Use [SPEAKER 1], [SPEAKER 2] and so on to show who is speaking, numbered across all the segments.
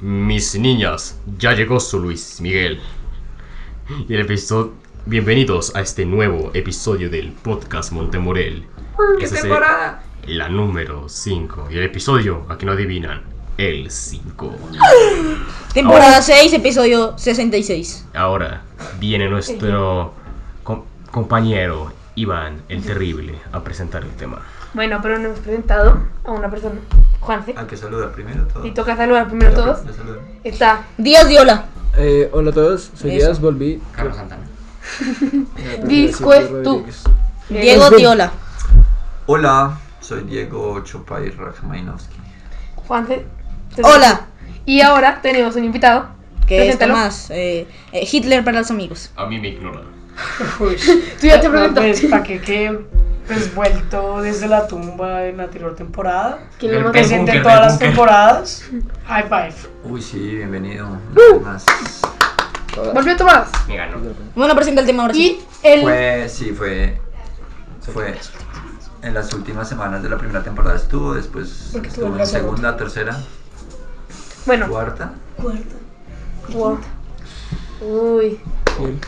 [SPEAKER 1] Mis niñas, ya llegó su Luis Miguel. Y el episodio. Bienvenidos a este nuevo episodio del podcast Montemorel.
[SPEAKER 2] ¡Qué
[SPEAKER 1] Ese es el-
[SPEAKER 2] temporada!
[SPEAKER 1] La número 5. Y el episodio, aquí no adivinan, el 5.
[SPEAKER 3] Temporada 6, episodio 66.
[SPEAKER 1] Ahora viene nuestro com- compañero Iván el Terrible a presentar el tema.
[SPEAKER 2] Bueno, pero no hemos presentado a una persona. Juanse.
[SPEAKER 4] Al Ah, que saluda primero todo.
[SPEAKER 2] Y toca saludar primero a todos. Está.
[SPEAKER 3] Díaz Diola.
[SPEAKER 5] Eh, hola a todos, soy
[SPEAKER 3] Eso.
[SPEAKER 5] Díaz, volví.
[SPEAKER 6] Carlos Santana.
[SPEAKER 2] Discues tú.
[SPEAKER 5] Rodríguez.
[SPEAKER 3] Diego
[SPEAKER 5] Bien.
[SPEAKER 3] Diola.
[SPEAKER 4] Hola, soy Diego Chopay Rajmaninowski.
[SPEAKER 2] Juanse. te-
[SPEAKER 3] Hola.
[SPEAKER 2] Y ahora tenemos un invitado.
[SPEAKER 3] Que es
[SPEAKER 2] Preséntalo.
[SPEAKER 3] Tomás. eh, eh, Hitler para los amigos.
[SPEAKER 1] A mí me ignora.
[SPEAKER 2] Tú ya te
[SPEAKER 7] No, pues,
[SPEAKER 2] preguntaste.
[SPEAKER 7] ¿Para qué que pues vuelto desde la tumba en la anterior temporada?
[SPEAKER 2] ¿Quién lo
[SPEAKER 1] El
[SPEAKER 2] mató?
[SPEAKER 1] pez.
[SPEAKER 7] Presente
[SPEAKER 1] búnker,
[SPEAKER 7] en todas
[SPEAKER 1] del
[SPEAKER 7] las
[SPEAKER 1] búnker.
[SPEAKER 7] temporadas. High five.
[SPEAKER 4] Uy, sí, bienvenido. una
[SPEAKER 2] ¡Uh!
[SPEAKER 4] vez Más.
[SPEAKER 2] Volvió Tomás.
[SPEAKER 1] Me ganó.
[SPEAKER 3] Bueno, presenta el tema ahora sí.
[SPEAKER 2] Y él.
[SPEAKER 4] Fue, sí, fue. Fue. En las últimas semanas de la primera temporada estuvo, después
[SPEAKER 7] Porque
[SPEAKER 4] estuvo
[SPEAKER 7] tuvo
[SPEAKER 4] en
[SPEAKER 7] la
[SPEAKER 4] la segunda, tercera,
[SPEAKER 2] Bueno.
[SPEAKER 4] cuarta.
[SPEAKER 2] Uy.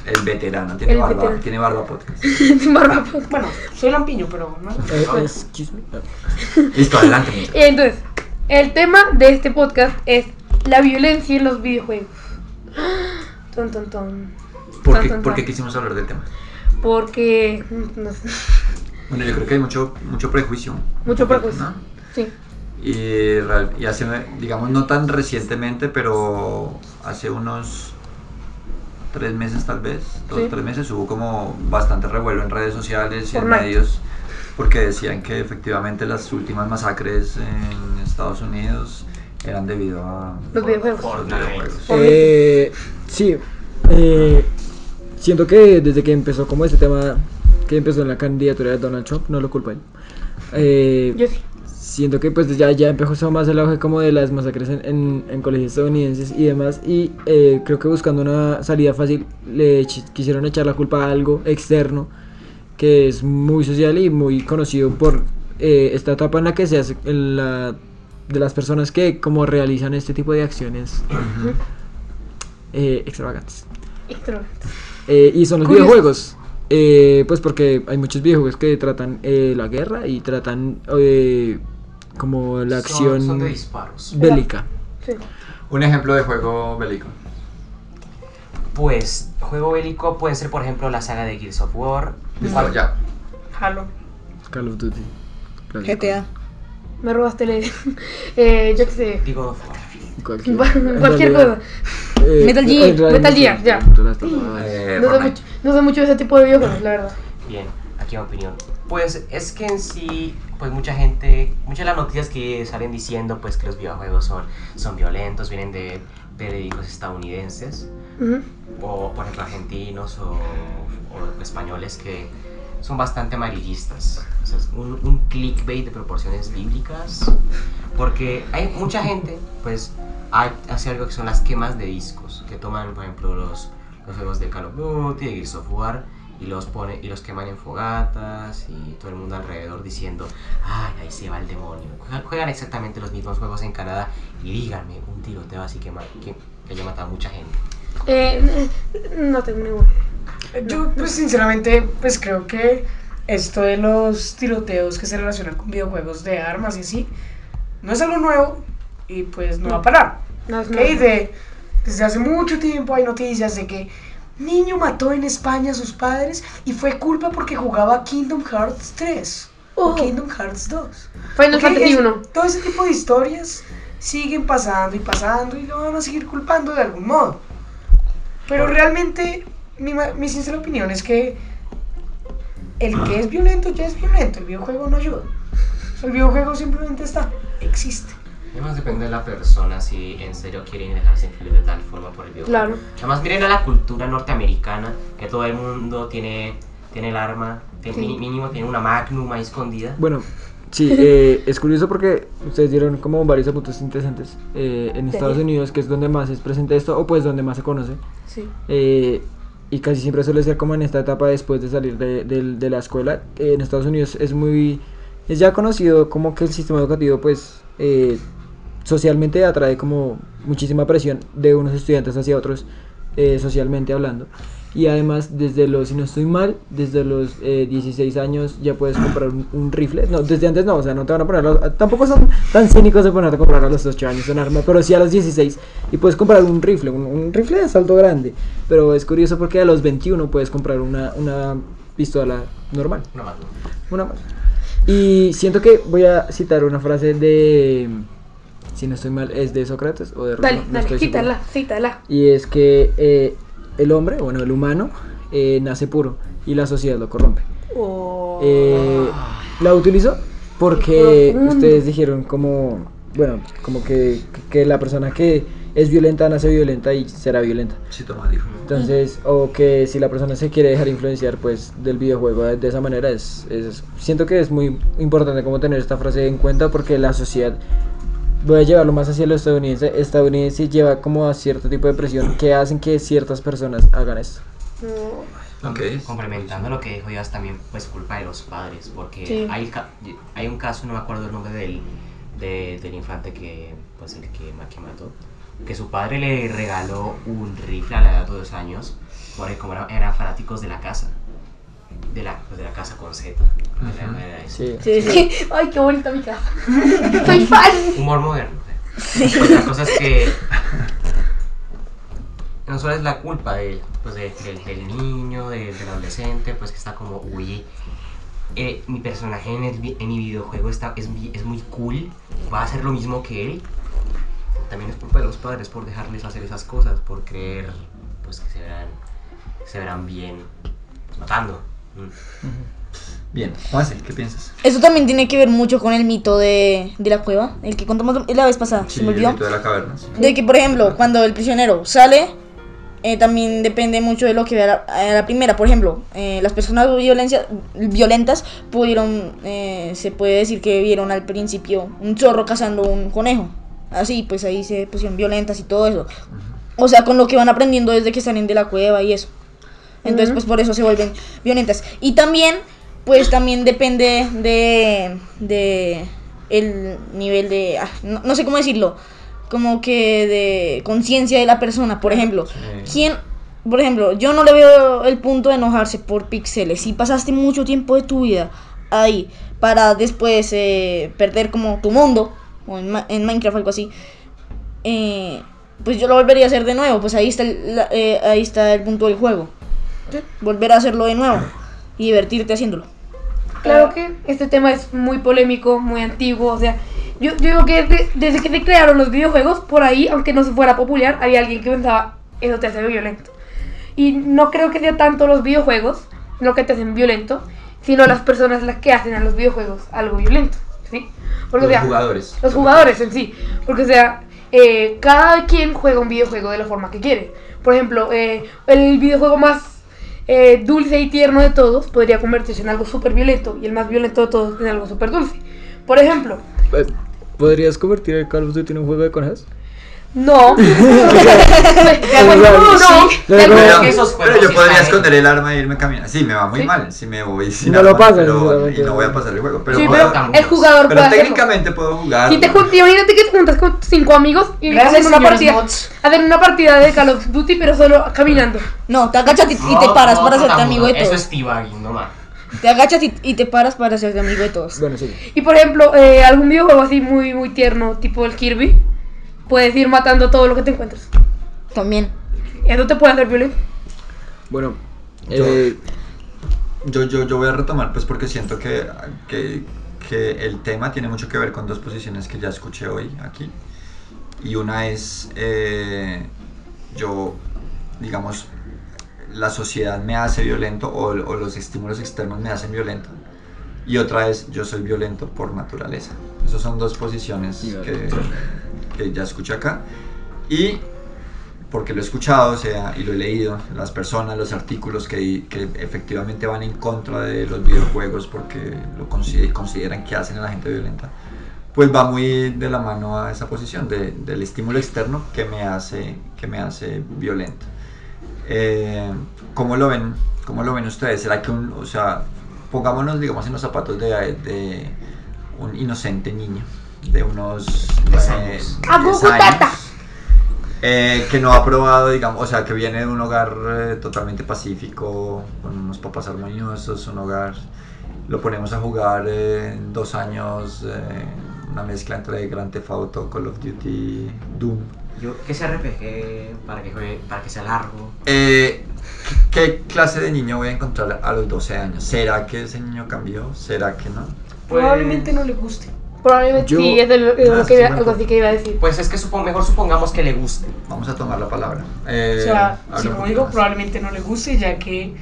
[SPEAKER 4] El veterano, tiene
[SPEAKER 2] El
[SPEAKER 4] barba,
[SPEAKER 2] veterano.
[SPEAKER 4] tiene barba podcast.
[SPEAKER 2] Sin barba.
[SPEAKER 7] Bueno, soy lampiño, pero no.
[SPEAKER 5] Eh, excuse me. Ah,
[SPEAKER 4] Listo, adelante. muchachos.
[SPEAKER 2] Y entonces, el tema de este podcast es la violencia en los videojuegos. Ton, ton, ton.
[SPEAKER 4] ¿Por
[SPEAKER 2] Tan,
[SPEAKER 4] qué,
[SPEAKER 2] tan,
[SPEAKER 4] por
[SPEAKER 2] tan.
[SPEAKER 4] qué quisimos hablar del tema?
[SPEAKER 2] Porque. mm, No sé.
[SPEAKER 4] Bueno, yo creo que hay mucho, mucho prejuicio.
[SPEAKER 2] Mucho prejuicio.
[SPEAKER 4] ¿no?
[SPEAKER 2] Sí.
[SPEAKER 4] Y, real- y hace, digamos, no tan recientemente, pero hace unos tres meses tal vez, dos
[SPEAKER 2] Sí.
[SPEAKER 4] tres meses, hubo como bastante revuelo en redes sociales y en
[SPEAKER 2] Fortnite.
[SPEAKER 4] medios, porque decían que efectivamente las últimas masacres en Estados Unidos eran debido a
[SPEAKER 2] Los videojuegos.
[SPEAKER 4] Los videojuegos.
[SPEAKER 5] eh, sí, eh, siento que desde que empezó como este tema, que empezó en la candidatura de Donald Trump, no lo culpa él. Eh,
[SPEAKER 2] Yo sí.
[SPEAKER 5] siento que pues ya, ya empezó más el auge como de las masacres en, en- en colegios estadounidenses y demás y eh, creo que buscando una salida fácil le echi- quisieron echar la culpa a algo externo que es muy social y muy conocido por eh, esta etapa en la que se hace en la- de las personas que como realizan este tipo de acciones eh, extravagantes
[SPEAKER 2] Extravagante.
[SPEAKER 5] eh, y son los
[SPEAKER 2] Curioso.
[SPEAKER 5] videojuegos. Eh, pues porque hay muchos videojuegos que tratan eh, la guerra y tratan eh, como la acción
[SPEAKER 6] Son, son de disparos.
[SPEAKER 5] bélica.
[SPEAKER 2] Sí.
[SPEAKER 4] Un ejemplo de juego bélico.
[SPEAKER 6] Pues, juego bélico puede ser, por ejemplo, la saga de Gears of War.
[SPEAKER 4] Listo, ya.
[SPEAKER 7] Halo.
[SPEAKER 5] Call of Duty. clásico.
[SPEAKER 3] GTA.
[SPEAKER 2] Me robaste la idea. Eh, yo qué sé.
[SPEAKER 6] Digo, God of War.
[SPEAKER 5] Cualquier, en
[SPEAKER 2] Cualquier
[SPEAKER 5] realidad,
[SPEAKER 2] cosa.
[SPEAKER 5] eh,
[SPEAKER 3] Metal
[SPEAKER 5] en
[SPEAKER 3] Gear,
[SPEAKER 5] realidad
[SPEAKER 2] Metal
[SPEAKER 5] no sé,
[SPEAKER 2] Gear, ya.
[SPEAKER 5] no las tapas, vale.
[SPEAKER 4] Eh,
[SPEAKER 2] No sé,
[SPEAKER 4] Fortnite.
[SPEAKER 2] mucho, no sé mucho de ese tipo de videojuegos, la verdad.
[SPEAKER 6] Bien, aquí va mi opinión. Pues es que en sí, pues mucha gente, muchas de las noticias que salen diciendo pues que los videojuegos son, son violentos, vienen de periódicos estadounidenses,
[SPEAKER 2] Ujú.
[SPEAKER 6] o por ejemplo argentinos o, o españoles que son bastante amarillistas. O sea, es un, un clickbait de proporciones bíblicas, porque hay mucha gente, pues, hay- hace algo que son las quemas de discos, que toman, por ejemplo, los, los juegos de Call of Duty, de Gears of War, y los, pone, y los queman en fogatas, y todo el mundo alrededor diciendo, ay, ahí se va el demonio. Juegan- Juegan exactamente los mismos juegos en Canadá, y díganme, un tiroteo así que, ma- que, que haya matado a mucha gente.
[SPEAKER 2] Eh, no tengo ninguna.
[SPEAKER 7] Yo, pues sinceramente, pues creo que esto de los tiroteos que se relacionan con videojuegos de armas y así, no es algo nuevo y pues no va a parar.
[SPEAKER 2] No es
[SPEAKER 7] Ok,
[SPEAKER 2] nada.
[SPEAKER 7] de- desde hace mucho tiempo hay noticias de que niño mató en España a sus padres y fue culpa porque jugaba Kingdom Hearts 3
[SPEAKER 2] Oh.
[SPEAKER 7] o Kingdom Hearts 2.
[SPEAKER 2] Final
[SPEAKER 7] Ok,
[SPEAKER 2] Fantasy
[SPEAKER 7] es-
[SPEAKER 2] 1.
[SPEAKER 7] todo ese tipo de historias siguen pasando y pasando y lo van a seguir culpando de algún modo. Pero realmente, mi, ma- mi sincera opinión es que el que es violento ya es violento, el videojuego no ayuda. O sea, El videojuego simplemente está, existe.
[SPEAKER 6] Además depende de la persona si en serio quieren dejarse influir de tal forma por el videojuego.
[SPEAKER 2] Claro.
[SPEAKER 6] Además miren a la cultura norteamericana, que todo el mundo tiene, tiene el arma, tiene-
[SPEAKER 2] Sí.
[SPEAKER 6] mínimo tiene una magnum ahí escondida.
[SPEAKER 5] Bueno, sí, eh, es curioso porque ustedes dieron como varios apuntes interesantes. eh, en Estados Unidos, que es donde más es presente esto, o pues donde más se conoce.
[SPEAKER 2] Sí.
[SPEAKER 5] Eh, y casi siempre suele ser como en esta etapa después de salir de, del- de la escuela. Eh, en Estados Unidos es muy... Es ya conocido como que el sistema educativo pues eh, socialmente atrae como muchísima presión de unos estudiantes hacia otros, eh, socialmente hablando. Y además, desde los, si no estoy mal, desde los eh, 16 años ya puedes comprar un, un rifle. No, desde antes no, o sea, no te van a poner. los- tampoco son tan cínicos de ponerte a comprar a los 8 años un arma, pero sí a los 16. Y puedes comprar un rifle, un, un rifle de salto grande. Pero es curioso porque a los 21 puedes comprar una, una pistola normal.
[SPEAKER 6] Una más, ¿no?
[SPEAKER 5] Una más. Y siento que voy a citar una frase de. Si no estoy mal, es de Sócrates o de Rousseau,
[SPEAKER 2] Dale,
[SPEAKER 5] no
[SPEAKER 2] dale,
[SPEAKER 5] estoy seguro.
[SPEAKER 2] cítala, cítala.
[SPEAKER 5] Y es que eh, el hombre, bueno, el humano, eh, nace puro y la sociedad lo corrompe.
[SPEAKER 7] Oh.
[SPEAKER 5] Eh, la utilizo
[SPEAKER 2] Qué
[SPEAKER 5] porque
[SPEAKER 2] profundo.
[SPEAKER 5] ustedes dijeron como, bueno, como que, que la persona que es violenta nace violenta y será violenta.
[SPEAKER 4] Sí, toma, dijo.
[SPEAKER 5] Entonces, o que si la persona se quiere dejar influenciar pues del videojuego de, de esa manera, es, es- siento que es muy importante como tener esta frase en cuenta porque la sociedad, voy a llevarlo más hacia lo estadounidense, estadounidense lleva como a cierto tipo de presión que hacen que ciertas personas hagan esto.
[SPEAKER 2] No.
[SPEAKER 4] Ok.
[SPEAKER 6] Complementando lo que dijo Ibas también, pues culpa de los padres, porque
[SPEAKER 2] Sí.
[SPEAKER 6] hay, ca- hay un caso, no me acuerdo el nombre del, de- del infante que, pues el que, ma- que mató, que su padre le regaló un rifle a la edad de dos años, porque como era- eran fanáticos de la casa, de la, pues, de la casa con Z. era-
[SPEAKER 4] Ujú.
[SPEAKER 6] era eso.
[SPEAKER 5] Sí.
[SPEAKER 3] Sí, sí.
[SPEAKER 2] Ay, qué bonita mi casa. Soy fan.
[SPEAKER 6] Humor moderno. Pues, la cosa es que no solo es la culpa de, pues, de- del, del niño, de- del adolescente, pues que está como, uy, eh, mi personaje en, el vi- en mi videojuego está, es, mi- es muy cool, va a hacer lo mismo que él. También es culpa de los padres por dejarles hacer esas cosas, por creer pues, que se verán, se verán bien pues, matando. Mm.
[SPEAKER 4] Bien, Juanse, ¿qué piensas?
[SPEAKER 3] Eso también tiene que ver mucho con el mito de, de la cueva, el que contamos la vez pasada, se me
[SPEAKER 4] el
[SPEAKER 3] olvidó.
[SPEAKER 4] mito de la caverna. sí.
[SPEAKER 3] De que, por ejemplo, cuando el prisionero sale, eh, también depende mucho de lo que vea la, a la primera. Por ejemplo, eh, las personas violencia, violentas pudieron, eh, se puede decir que vieron al principio un zorro cazando un conejo. Así, pues ahí se pusieron violentas y todo eso. O sea, con lo que van aprendiendo desde que salen de la cueva y eso. Entonces,
[SPEAKER 2] Ujú.
[SPEAKER 3] pues por eso se vuelven violentas. Y también, pues también depende de, de el nivel de, ah, no, no sé cómo decirlo, como que de conciencia de la persona. Por ejemplo, ¿quién, por ejemplo, yo no le veo el punto de enojarse por píxeles. Si pasaste mucho tiempo de tu vida ahí para después eh, perder como tu mundo, o en, Ma- en Minecraft algo así, eh, pues yo lo volvería a hacer de nuevo. Pues ahí está el, la- eh, ahí está el punto del juego. Volver a hacerlo de nuevo y divertirte haciéndolo.
[SPEAKER 2] Claro que este tema es muy polémico, muy antiguo, o sea, yo, yo digo que de- desde que se crearon los videojuegos, por ahí, aunque no se fuera popular, había alguien que pensaba, eso te hace violento. Y no creo que sea tanto los videojuegos lo que te hacen violento, sino las personas las que hacen a los videojuegos algo violento, ¿sí? Porque, o
[SPEAKER 4] Los
[SPEAKER 2] sea,
[SPEAKER 4] jugadores.
[SPEAKER 2] los jugadores en sí. Porque, o sea, eh, cada quien juega un videojuego de la forma que quiere. Por ejemplo, eh, el videojuego más eh, dulce y tierno de todos podría convertirse en algo súper violento y el más violento de todos en algo súper dulce. Por ejemplo,
[SPEAKER 5] Eh, ¿Podrías convertir el Call of Duty en un juego de conejos?
[SPEAKER 2] no. no,
[SPEAKER 5] Pero,
[SPEAKER 2] no.
[SPEAKER 5] pero-
[SPEAKER 2] de alguna-
[SPEAKER 4] Pero,
[SPEAKER 6] que esos
[SPEAKER 4] pero
[SPEAKER 6] juegos
[SPEAKER 4] yo
[SPEAKER 6] sí
[SPEAKER 4] podría
[SPEAKER 6] están-
[SPEAKER 4] esconder el arma y irme caminando. Sí, me va muy
[SPEAKER 2] Sí.
[SPEAKER 4] mal si me voy sin
[SPEAKER 5] No
[SPEAKER 4] arma,
[SPEAKER 5] lo pasas,
[SPEAKER 4] pero,
[SPEAKER 5] seguramente.
[SPEAKER 4] y no voy a pasar el juego. Pero,
[SPEAKER 2] Sí,
[SPEAKER 4] puedo-
[SPEAKER 2] pero el
[SPEAKER 4] pero
[SPEAKER 2] jugador puede hacerlo.
[SPEAKER 4] técnicamente puedo jugar.
[SPEAKER 2] Si te juntas, imagínate que te juntas con cinco amigos y
[SPEAKER 7] Gracias,
[SPEAKER 2] hacen una
[SPEAKER 7] señores
[SPEAKER 2] partida,
[SPEAKER 7] mods.
[SPEAKER 2] hacen una partida de Call of Duty pero solo caminando.
[SPEAKER 3] No, te agachas y, y te
[SPEAKER 6] No,
[SPEAKER 3] paras
[SPEAKER 6] no,
[SPEAKER 3] para hacerte
[SPEAKER 6] tartamudo,
[SPEAKER 3] amigo de
[SPEAKER 6] Eso
[SPEAKER 3] todos.
[SPEAKER 6] es T-Bagging, no más.
[SPEAKER 3] Te agachas y, y te paras para hacerte amigo de todos.
[SPEAKER 5] Bueno, sí.
[SPEAKER 2] Y por ejemplo, eh, algún videojuego así muy muy tierno, tipo el Kirby, puedes ir matando todo lo que te encuentres.
[SPEAKER 3] También.
[SPEAKER 2] Eso te puede hacer violento.
[SPEAKER 5] Bueno,
[SPEAKER 4] Yo-
[SPEAKER 5] eh,
[SPEAKER 4] Yo, yo, yo voy a retomar, pues porque siento que, que, que el tema tiene mucho que ver con dos posiciones que ya escuché hoy aquí. Y una es, eh, yo, digamos, la sociedad me hace violento o, o los estímulos externos me hacen violento. Y otra es, yo soy violento por naturaleza. Esas son dos posiciones que, que ya escuché acá. Y porque lo he escuchado o sea, y lo he leído, las personas, los artículos que, que efectivamente van en contra de los videojuegos porque lo consider- consideran que hacen a la gente violenta, pues va muy de la mano a esa posición de- del estímulo externo que me hace, que me hace violento. Eh, ¿Cómo lo ven? ¿Cómo lo ven ustedes? ¿Será que un, o sea, pongámonos, digamos, en los zapatos de, de un inocente niño de unos
[SPEAKER 6] Diez
[SPEAKER 4] eh,
[SPEAKER 6] años.
[SPEAKER 2] A
[SPEAKER 4] diez
[SPEAKER 2] Cucutata.
[SPEAKER 4] años, eh, que no ha probado, digamos, o sea, que viene de un hogar eh, totalmente pacífico, con unos papás armoniosos, un hogar. Lo ponemos a jugar eh, en dos años, eh, una mezcla entre Grand Theft Auto, Call of Duty, Doom.
[SPEAKER 6] Yo, que sea RPG para que, juegue, para que sea largo.
[SPEAKER 4] Eh, ¿Qué clase de niño voy a encontrar a los 12 años? ¿Será que ese niño cambió? ¿Será que no?
[SPEAKER 7] Probablemente no le guste.
[SPEAKER 2] Probablemente
[SPEAKER 5] Yo-
[SPEAKER 2] sí, es de lo, de lo
[SPEAKER 4] Ah,
[SPEAKER 2] que
[SPEAKER 4] sí,
[SPEAKER 2] iba-
[SPEAKER 4] me
[SPEAKER 2] algo así que iba a decir.
[SPEAKER 6] Pues es que supo- mejor supongamos que le guste.
[SPEAKER 4] Vamos a tomar la palabra.
[SPEAKER 7] O
[SPEAKER 4] Eh,
[SPEAKER 7] sea,
[SPEAKER 4] habla
[SPEAKER 7] si
[SPEAKER 4] un
[SPEAKER 7] como
[SPEAKER 4] poquito
[SPEAKER 7] digo,
[SPEAKER 4] más.
[SPEAKER 7] probablemente no le guste, ya que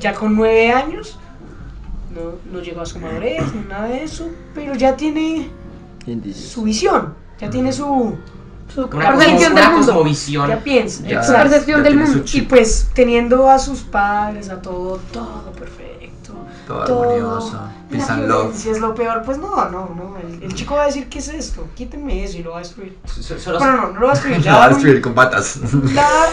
[SPEAKER 7] ya con nueve años no, no llegó a su madurez ni nada de eso, pero ya tiene
[SPEAKER 5] Indicios.
[SPEAKER 7] su visión, ya tiene su.
[SPEAKER 2] Su
[SPEAKER 6] Una,
[SPEAKER 7] Claro,
[SPEAKER 6] cosmo-
[SPEAKER 7] visión
[SPEAKER 2] percepción
[SPEAKER 6] una
[SPEAKER 2] del mundo.
[SPEAKER 6] cosmovisión.
[SPEAKER 7] Ya piensa.
[SPEAKER 4] Ya-
[SPEAKER 2] Su
[SPEAKER 7] Exacto.
[SPEAKER 2] percepción
[SPEAKER 4] ya
[SPEAKER 2] del
[SPEAKER 4] tiene su
[SPEAKER 2] mundo.
[SPEAKER 7] Y pues teniendo a sus padres, a todo, todo perfecto.
[SPEAKER 4] Todo
[SPEAKER 7] todo.
[SPEAKER 4] armonioso. Peace
[SPEAKER 7] La
[SPEAKER 4] and love.
[SPEAKER 7] violencia es lo peor, pues no, no, no. El, el chico va a decir, ¿qué es esto? Quítenme eso y lo va a destruir.
[SPEAKER 6] So- solo-
[SPEAKER 7] Bueno, no, no lo va a destruir.
[SPEAKER 4] La
[SPEAKER 7] le va a
[SPEAKER 4] va a
[SPEAKER 7] dar un-
[SPEAKER 4] destruir con patas.
[SPEAKER 7] le va a dar-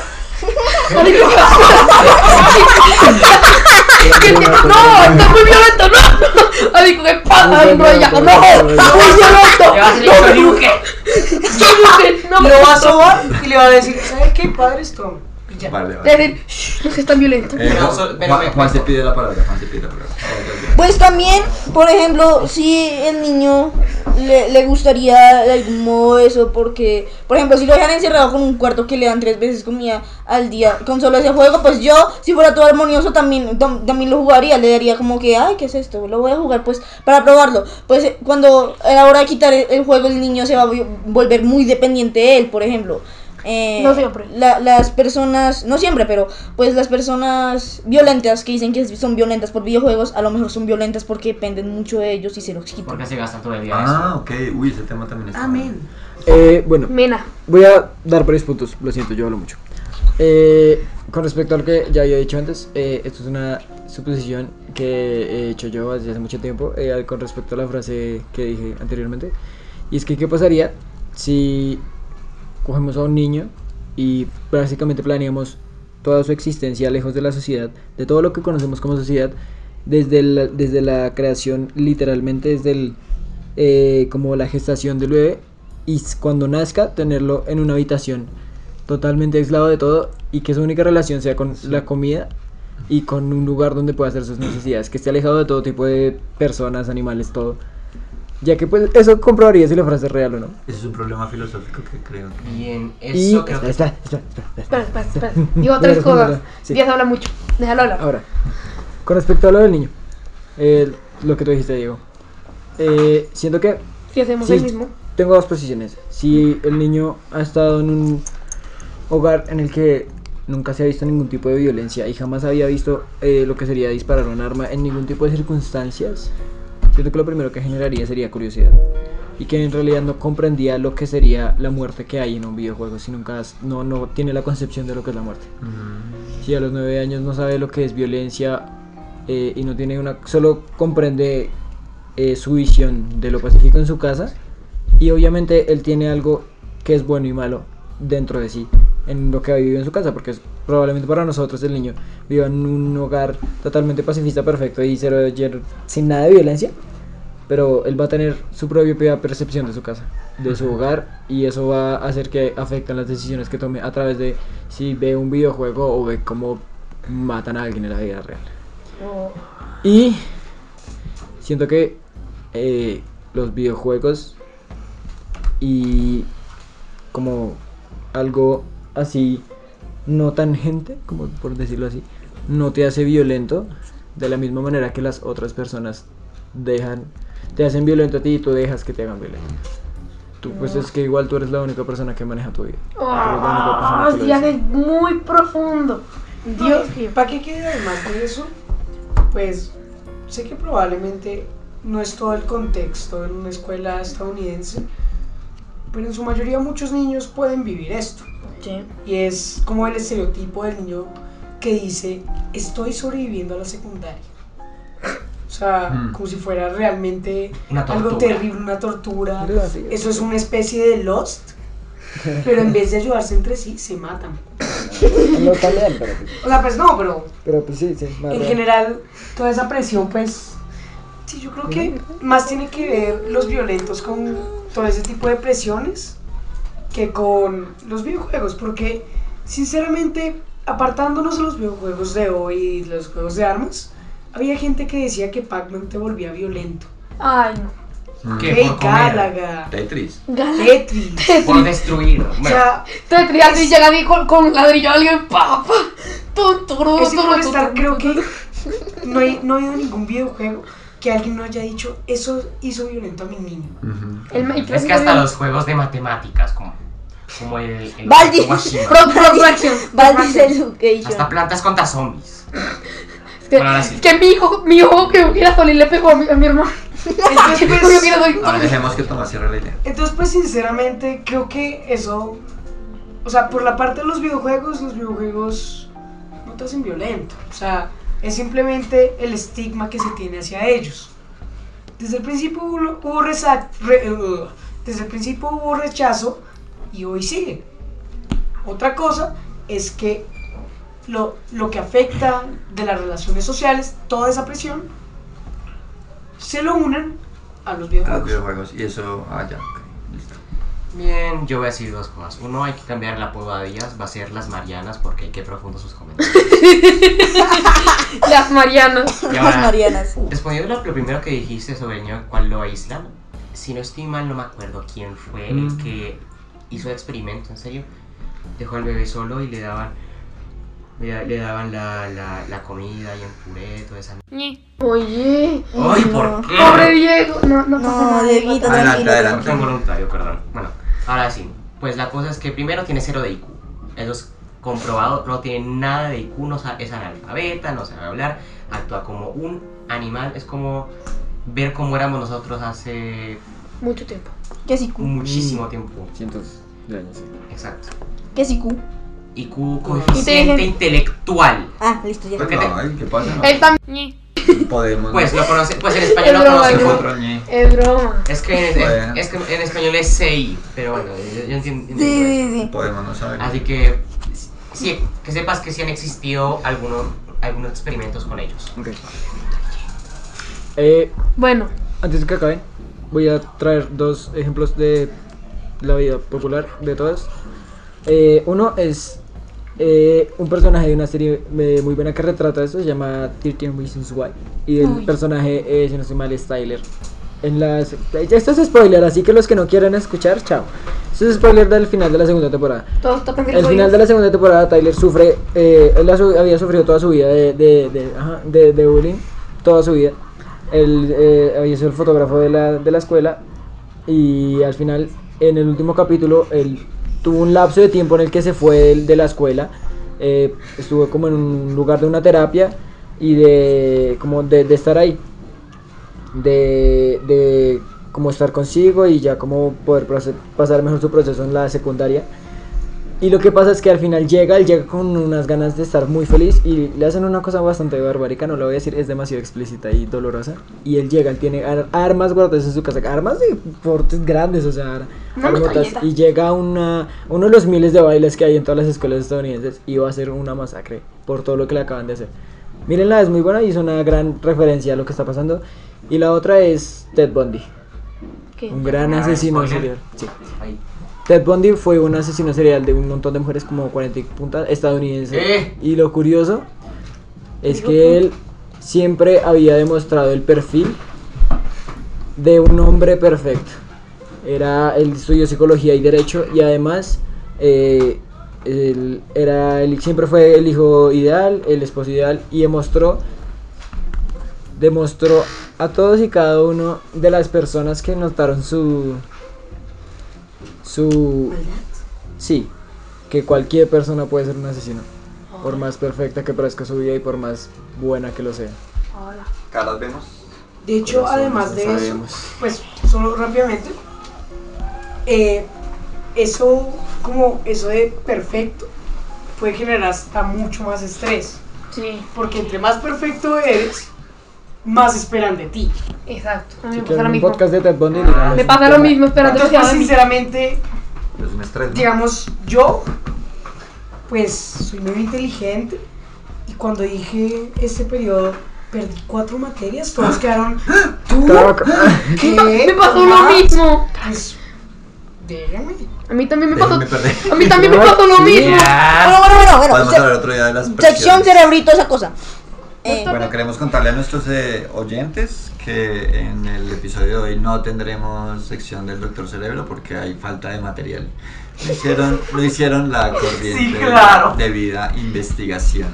[SPEAKER 2] ¡No! ¡Está muy violento! ¡No! Así con espada
[SPEAKER 5] Muy
[SPEAKER 2] enrollada. ¡No!
[SPEAKER 5] violento, muy
[SPEAKER 2] ¡Está muy violento!
[SPEAKER 6] le
[SPEAKER 2] Shoryuken,
[SPEAKER 6] va a hacer el Shoryuken.
[SPEAKER 2] ¡No!
[SPEAKER 7] lo va a sobar y le va a decir, ¿sabes qué? Padre esto. Y ya.
[SPEAKER 4] Vale, vale.
[SPEAKER 2] Es decir, "Shh, no seas tan violento.
[SPEAKER 4] Eh,
[SPEAKER 6] Pero
[SPEAKER 4] Juan-
[SPEAKER 6] so- pero
[SPEAKER 4] Juan,
[SPEAKER 6] me-
[SPEAKER 4] Juan se pide la palabra, Juan se pide la palabra.
[SPEAKER 3] Pues también, por ejemplo, si el niño le, le gustaría de algún modo eso, porque, por ejemplo, si lo dejan encerrado con un cuarto que le dan tres veces comida al día con solo ese juego, pues yo, si fuera todo armonioso, también, tam- también lo jugaría, le daría como que, ay, ¿qué es esto? Lo voy a jugar, pues, para probarlo. Pues eh, cuando a la hora de quitar el- el juego, el niño se va a vol- volver muy dependiente de él, por ejemplo. Eh,
[SPEAKER 2] No siempre.
[SPEAKER 3] la- las personas, no siempre, pero pues las personas violentas que dicen que son violentas por videojuegos, a lo mejor son violentas porque dependen mucho de ellos y se los quitan.
[SPEAKER 6] Porque se gasta todo el día en
[SPEAKER 4] Ah,
[SPEAKER 6] eso.
[SPEAKER 4] ok. Uy, ese tema también está.
[SPEAKER 7] Amén.
[SPEAKER 5] Eh, bueno,
[SPEAKER 2] Mena.
[SPEAKER 5] voy a dar varios puntos. Lo siento, yo hablo mucho. Eh, con respecto a lo que ya había dicho antes, eh, esto es una suposición que he hecho yo desde hace mucho tiempo eh, al- con respecto a la frase que dije anteriormente. Y es que, ¿qué pasaría si cogemos a un niño y básicamente planeamos toda su existencia lejos de la sociedad, de todo lo que conocemos como sociedad, desde la, desde la creación, literalmente desde el, eh, como la gestación del bebé, y s- cuando nazca tenerlo en una habitación totalmente aislado de todo y que su única relación sea con la comida y con un lugar donde pueda hacer sus necesidades, que esté alejado de todo tipo de personas, animales, todo. Ya que pues eso comprobaría si la frase es real o no.
[SPEAKER 4] Ese es un problema filosófico que creo que.
[SPEAKER 6] Y en
[SPEAKER 5] Y
[SPEAKER 6] eso creo
[SPEAKER 5] espera,
[SPEAKER 6] que
[SPEAKER 5] espera, espera, espera, espera.
[SPEAKER 2] Espera, espera, espera. Digo tres cosas.
[SPEAKER 5] Sí.
[SPEAKER 2] Díaz habla mucho. Déjalo hablar.
[SPEAKER 5] Ahora, con respecto a lo del niño, eh, lo que tú dijiste, Diego, eh, siento que
[SPEAKER 2] Si hacemos
[SPEAKER 5] Sí.
[SPEAKER 2] el mismo.
[SPEAKER 5] tengo dos posiciones. Si el niño ha estado en un hogar en el que nunca se ha visto ningún tipo de violencia y jamás había visto eh, lo que sería disparar un arma en ningún tipo de circunstancias, siento que lo primero que generaría sería curiosidad. Y que en realidad no comprendía lo que sería la muerte que hay en un videojuego si nunca has- no, no tiene la concepción de lo que es la muerte.
[SPEAKER 6] Mm.
[SPEAKER 5] Si a los nueve años no sabe lo que es violencia eh, y no tiene una. solo comprende eh, su visión de lo pacífico en su casa. Y obviamente él tiene algo que es bueno y malo dentro de sí, en lo que ha vivido en su casa, porque es, probablemente para nosotros el niño viva en un hogar totalmente pacifista, perfecto y cero, lleno- sin nada de violencia, pero él va a tener su propia percepción de su casa, de su hogar, y eso va a hacer que afecten las decisiones que tome a través de si ve un videojuego o ve cómo matan a alguien en la vida real. Y siento que eh, los videojuegos y como algo así no tan gente, como por decirlo así, no te hace violento de la misma manera que las otras personas dejan, te hacen violento a ti y tú dejas que te hagan violento. Tú, pues es que igual tú eres la única persona que maneja tu vida.
[SPEAKER 2] Ah,
[SPEAKER 5] Perdón, no puedo
[SPEAKER 2] Díaz
[SPEAKER 5] decir.
[SPEAKER 2] es muy profundo. Dios mío.
[SPEAKER 7] ¿Para qué quede además de eso? Pues sé que probablemente no es todo el contexto en una escuela estadounidense, pero en su mayoría muchos niños pueden vivir esto. Y es como el estereotipo del niño que dice, estoy sobreviviendo a la secundaria. O sea,
[SPEAKER 4] Mm.
[SPEAKER 7] como si fuera realmente
[SPEAKER 6] Una
[SPEAKER 7] algo
[SPEAKER 6] tortura.
[SPEAKER 7] terrible, una tortura.
[SPEAKER 5] Algo así.
[SPEAKER 7] Eso es una especie de Lost, pero en vez de ayudarse entre sí, se matan.
[SPEAKER 5] No está bien, pero, pues-
[SPEAKER 7] O sea, pues no, pero
[SPEAKER 5] pero pues sí, sí. más
[SPEAKER 7] en
[SPEAKER 5] real.
[SPEAKER 7] general, toda esa presión, pues. Sí, yo creo que más tiene que ver los violentos con todo ese tipo de presiones que con los videojuegos, porque sinceramente, apartándonos de los videojuegos de hoy y los juegos de armas, había gente que decía que Pac-Man te volvía violento.
[SPEAKER 2] Ay, no.
[SPEAKER 6] Que
[SPEAKER 7] ¡Ey,
[SPEAKER 6] por comer,
[SPEAKER 7] Galaga!
[SPEAKER 4] Mm. Tetris.
[SPEAKER 2] Gala.
[SPEAKER 7] ¡Tetris!
[SPEAKER 6] por destruir.
[SPEAKER 7] O
[SPEAKER 6] Bueno,
[SPEAKER 7] sea,
[SPEAKER 2] Te triaste y llega a mí con, con ladrillo a alguien, papá. Tonto, bro.
[SPEAKER 7] ese molestar creo que no hay, no ha habido ningún videojuego que alguien no haya dicho, eso hizo violento a mi niño.
[SPEAKER 4] Ujú.
[SPEAKER 6] es que hasta los juegos de matemáticas, como, como el. el
[SPEAKER 3] Baldi.
[SPEAKER 6] Kawashima.
[SPEAKER 2] Protraction.
[SPEAKER 3] Baldi's Education.
[SPEAKER 6] Hasta plantas contra zombies.
[SPEAKER 2] Es que,
[SPEAKER 6] Bueno, ahora
[SPEAKER 2] es
[SPEAKER 6] sí.
[SPEAKER 2] este, que mi hijo, mi hijo que no quiera salir le pegó a mi, a mi hermano.
[SPEAKER 7] Entonces,
[SPEAKER 2] Que
[SPEAKER 7] pues,
[SPEAKER 2] no quiera salir.
[SPEAKER 4] Ahora dejemos que Tomás cierre la idea.
[SPEAKER 7] Entonces, pues sinceramente, creo que eso. O sea, por la parte de los videojuegos, los videojuegos no te hacen violento. O sea, es simplemente el estigma que se tiene hacia ellos. Desde el principio hubo, hubo resa- re- uh, desde el principio hubo rechazo y hoy sigue. Otra cosa es que lo, lo que afecta de las relaciones sociales, toda esa presión, se lo unen a los
[SPEAKER 4] A los
[SPEAKER 7] videojuegos.
[SPEAKER 4] videojuegos. Y eso. Ah, ya, ok. Listo.
[SPEAKER 6] Bien, yo voy a decir dos cosas. Uno, hay que cambiar la apodo a Díaz, va a ser las Marianas, porque qué profundo sus comentarios.
[SPEAKER 2] Las Marianas.
[SPEAKER 6] Y
[SPEAKER 3] Las
[SPEAKER 6] ahora,
[SPEAKER 3] Marianas.
[SPEAKER 6] Respondiendo a lo primero que dijiste sobre el niño cual lo aíslan, si no estoy mal, no me acuerdo quién fue el
[SPEAKER 5] Mm.
[SPEAKER 6] que hizo el experimento, en serio. Dejó al bebé solo y le daban le, le daban la, la, la comida y el puré, toda esa.
[SPEAKER 2] Oye.
[SPEAKER 6] ¡Ay,
[SPEAKER 3] no.
[SPEAKER 6] por qué!
[SPEAKER 2] Pobre Diego. No, no, pasa
[SPEAKER 3] No,
[SPEAKER 2] nada.
[SPEAKER 3] Dieguito,
[SPEAKER 4] Adelante,
[SPEAKER 3] tranquilo.
[SPEAKER 4] adelante.
[SPEAKER 6] Fue involuntario, perdón. Bueno, ahora sí. Pues la cosa es que primero tiene cero de IQ. Eso es comprobado, no tiene nada de IQ, no sa- es analfabeta, no sabe hablar, actúa como un animal. Es como ver cómo éramos nosotros hace
[SPEAKER 2] Mucho tiempo.
[SPEAKER 3] Que si cu,
[SPEAKER 6] muchísimo tiempo.
[SPEAKER 5] Cientos de años. sí.
[SPEAKER 6] Exacto.
[SPEAKER 3] que si cu.
[SPEAKER 6] IQ coeficiente
[SPEAKER 2] Inteligente.
[SPEAKER 6] intelectual.
[SPEAKER 3] Ah, listo, ya.
[SPEAKER 4] Pues
[SPEAKER 6] ¿Qué te-
[SPEAKER 4] no, ay, ¿qué pasa? No,
[SPEAKER 2] Él también.
[SPEAKER 4] Podemos.
[SPEAKER 6] Pues
[SPEAKER 4] no.
[SPEAKER 6] lo conoce, pues en español
[SPEAKER 2] Es
[SPEAKER 6] lo
[SPEAKER 2] broma,
[SPEAKER 6] conocemos.
[SPEAKER 2] no.
[SPEAKER 4] Otro ñe.
[SPEAKER 2] Es broma.
[SPEAKER 6] Es que, en-
[SPEAKER 4] Bueno.
[SPEAKER 6] es que en español es CI, pero bueno, yo, yo entien- entiendo.
[SPEAKER 3] Sí,
[SPEAKER 6] eso.
[SPEAKER 3] sí, sí.
[SPEAKER 4] Podemos no saber.
[SPEAKER 6] Así que sí, que sepas que sí han existido algunos algunos experimentos con ellos.
[SPEAKER 5] Ok. Eh,
[SPEAKER 2] Bueno,
[SPEAKER 5] Antes de que acaben, voy a traer dos ejemplos de la vida popular de todas. Eh, uno es eh, un personaje de una serie eh, muy buena que retrata esto, se llama 13 Reasons Why. Y el
[SPEAKER 3] Uy.
[SPEAKER 5] personaje es, si no estoy mal, es Tyler. En las, ya esto es spoiler, así que los que no quieran escuchar, chao. Esto es spoiler del final de la segunda temporada.
[SPEAKER 2] todos tocan el
[SPEAKER 5] Al final de la segunda temporada, Tyler sufre. eh, él ha su- había sufrido toda su vida de, de, de- ajá, de- de bullying. Toda su vida. Él eh, había sido el fotógrafo de la, de la escuela. Y al final, en el último capítulo, él tuvo un lapso de tiempo en el que se fue del- de, la escuela. eh, estuvo como en un lugar de una terapia y de, como de, de estar ahí de, de cómo estar consigo y ya cómo poder proce- pasar mejor su proceso en la secundaria. Y lo que pasa es que al final llega, él llega con unas ganas de estar muy feliz y le hacen una cosa bastante barbárica, no lo voy a decir, es demasiado explícita y dolorosa. Y él llega, él tiene ar- armas guardadas en su casa, armas de portes grandes, o sea, ar-
[SPEAKER 2] Una
[SPEAKER 5] armotas,
[SPEAKER 2] metralleta.
[SPEAKER 5] Y llega a una, uno de los miles de bailes que hay en todas las escuelas estadounidenses y va a ser una masacre por todo lo que le acaban de hacer. Mírenla, es muy buena y es una gran referencia a lo que está pasando. Y la otra es Ted Bundy,
[SPEAKER 2] ¿Qué?
[SPEAKER 5] un gran
[SPEAKER 6] Ah,
[SPEAKER 5] asesino
[SPEAKER 6] spoiler.
[SPEAKER 5] serial. Sí.
[SPEAKER 6] Ahí.
[SPEAKER 5] Ted Bundy fue un asesino serial de un montón de mujeres como 40 y puntas estadounidenses.
[SPEAKER 6] Eh.
[SPEAKER 5] Y lo curioso es que él siempre había demostrado el perfil de un hombre perfecto. Era él estudió psicología y derecho y además eh, él era él siempre fue el hijo ideal, el esposo ideal y demostró demostró a todos y cada uno de las personas que notaron su su sí que cualquier persona puede ser un asesino por más perfecta que parezca su vida y por más buena que lo sea
[SPEAKER 2] Hola.
[SPEAKER 4] Caras vemos.
[SPEAKER 7] De hecho, además de eso,
[SPEAKER 5] sabemos.
[SPEAKER 7] pues solo rápidamente, eh, eso como eso de perfecto puede generar hasta mucho más estrés,
[SPEAKER 2] Sí,
[SPEAKER 7] porque entre más perfecto eres, más esperan de ti.
[SPEAKER 2] exacto. A mí me
[SPEAKER 5] Si
[SPEAKER 2] pasa
[SPEAKER 5] quieren
[SPEAKER 2] lo
[SPEAKER 5] un
[SPEAKER 2] mismo.
[SPEAKER 5] podcast de Ted Bundy,
[SPEAKER 6] Ah.
[SPEAKER 5] díganlo.
[SPEAKER 2] Me pasa lo mismo, espérate,
[SPEAKER 7] Entonces,
[SPEAKER 2] lo
[SPEAKER 7] pues,
[SPEAKER 2] a mí.
[SPEAKER 7] sinceramente,
[SPEAKER 4] Es un estrés. ¿no?
[SPEAKER 7] digamos, yo, pues soy muy inteligente y cuando dije este periodo perdí cuatro materias, todos quedaron, ¿tú
[SPEAKER 5] Claro.
[SPEAKER 7] qué?
[SPEAKER 2] Me pasó lo
[SPEAKER 7] Tomás?".
[SPEAKER 2] mismo.
[SPEAKER 7] Pues, Dígame.
[SPEAKER 2] A mí también me pasó.
[SPEAKER 4] Déjenme perder.
[SPEAKER 2] A mí también me pasó lo mismo.
[SPEAKER 3] Bueno, bueno, bueno, bueno.
[SPEAKER 4] Ah, Podemos
[SPEAKER 3] se-
[SPEAKER 4] hablar otro día de las
[SPEAKER 3] sección
[SPEAKER 4] presiones.
[SPEAKER 3] cerebrito, esa cosa. Eh,
[SPEAKER 4] Bueno, queremos contarle a nuestros eh, oyentes que en el episodio de hoy no tendremos sección del Doctor Cerebro porque hay falta de material. Lo hicieron, lo hicieron la corriente
[SPEAKER 7] Sí, claro.
[SPEAKER 4] de vida investigación.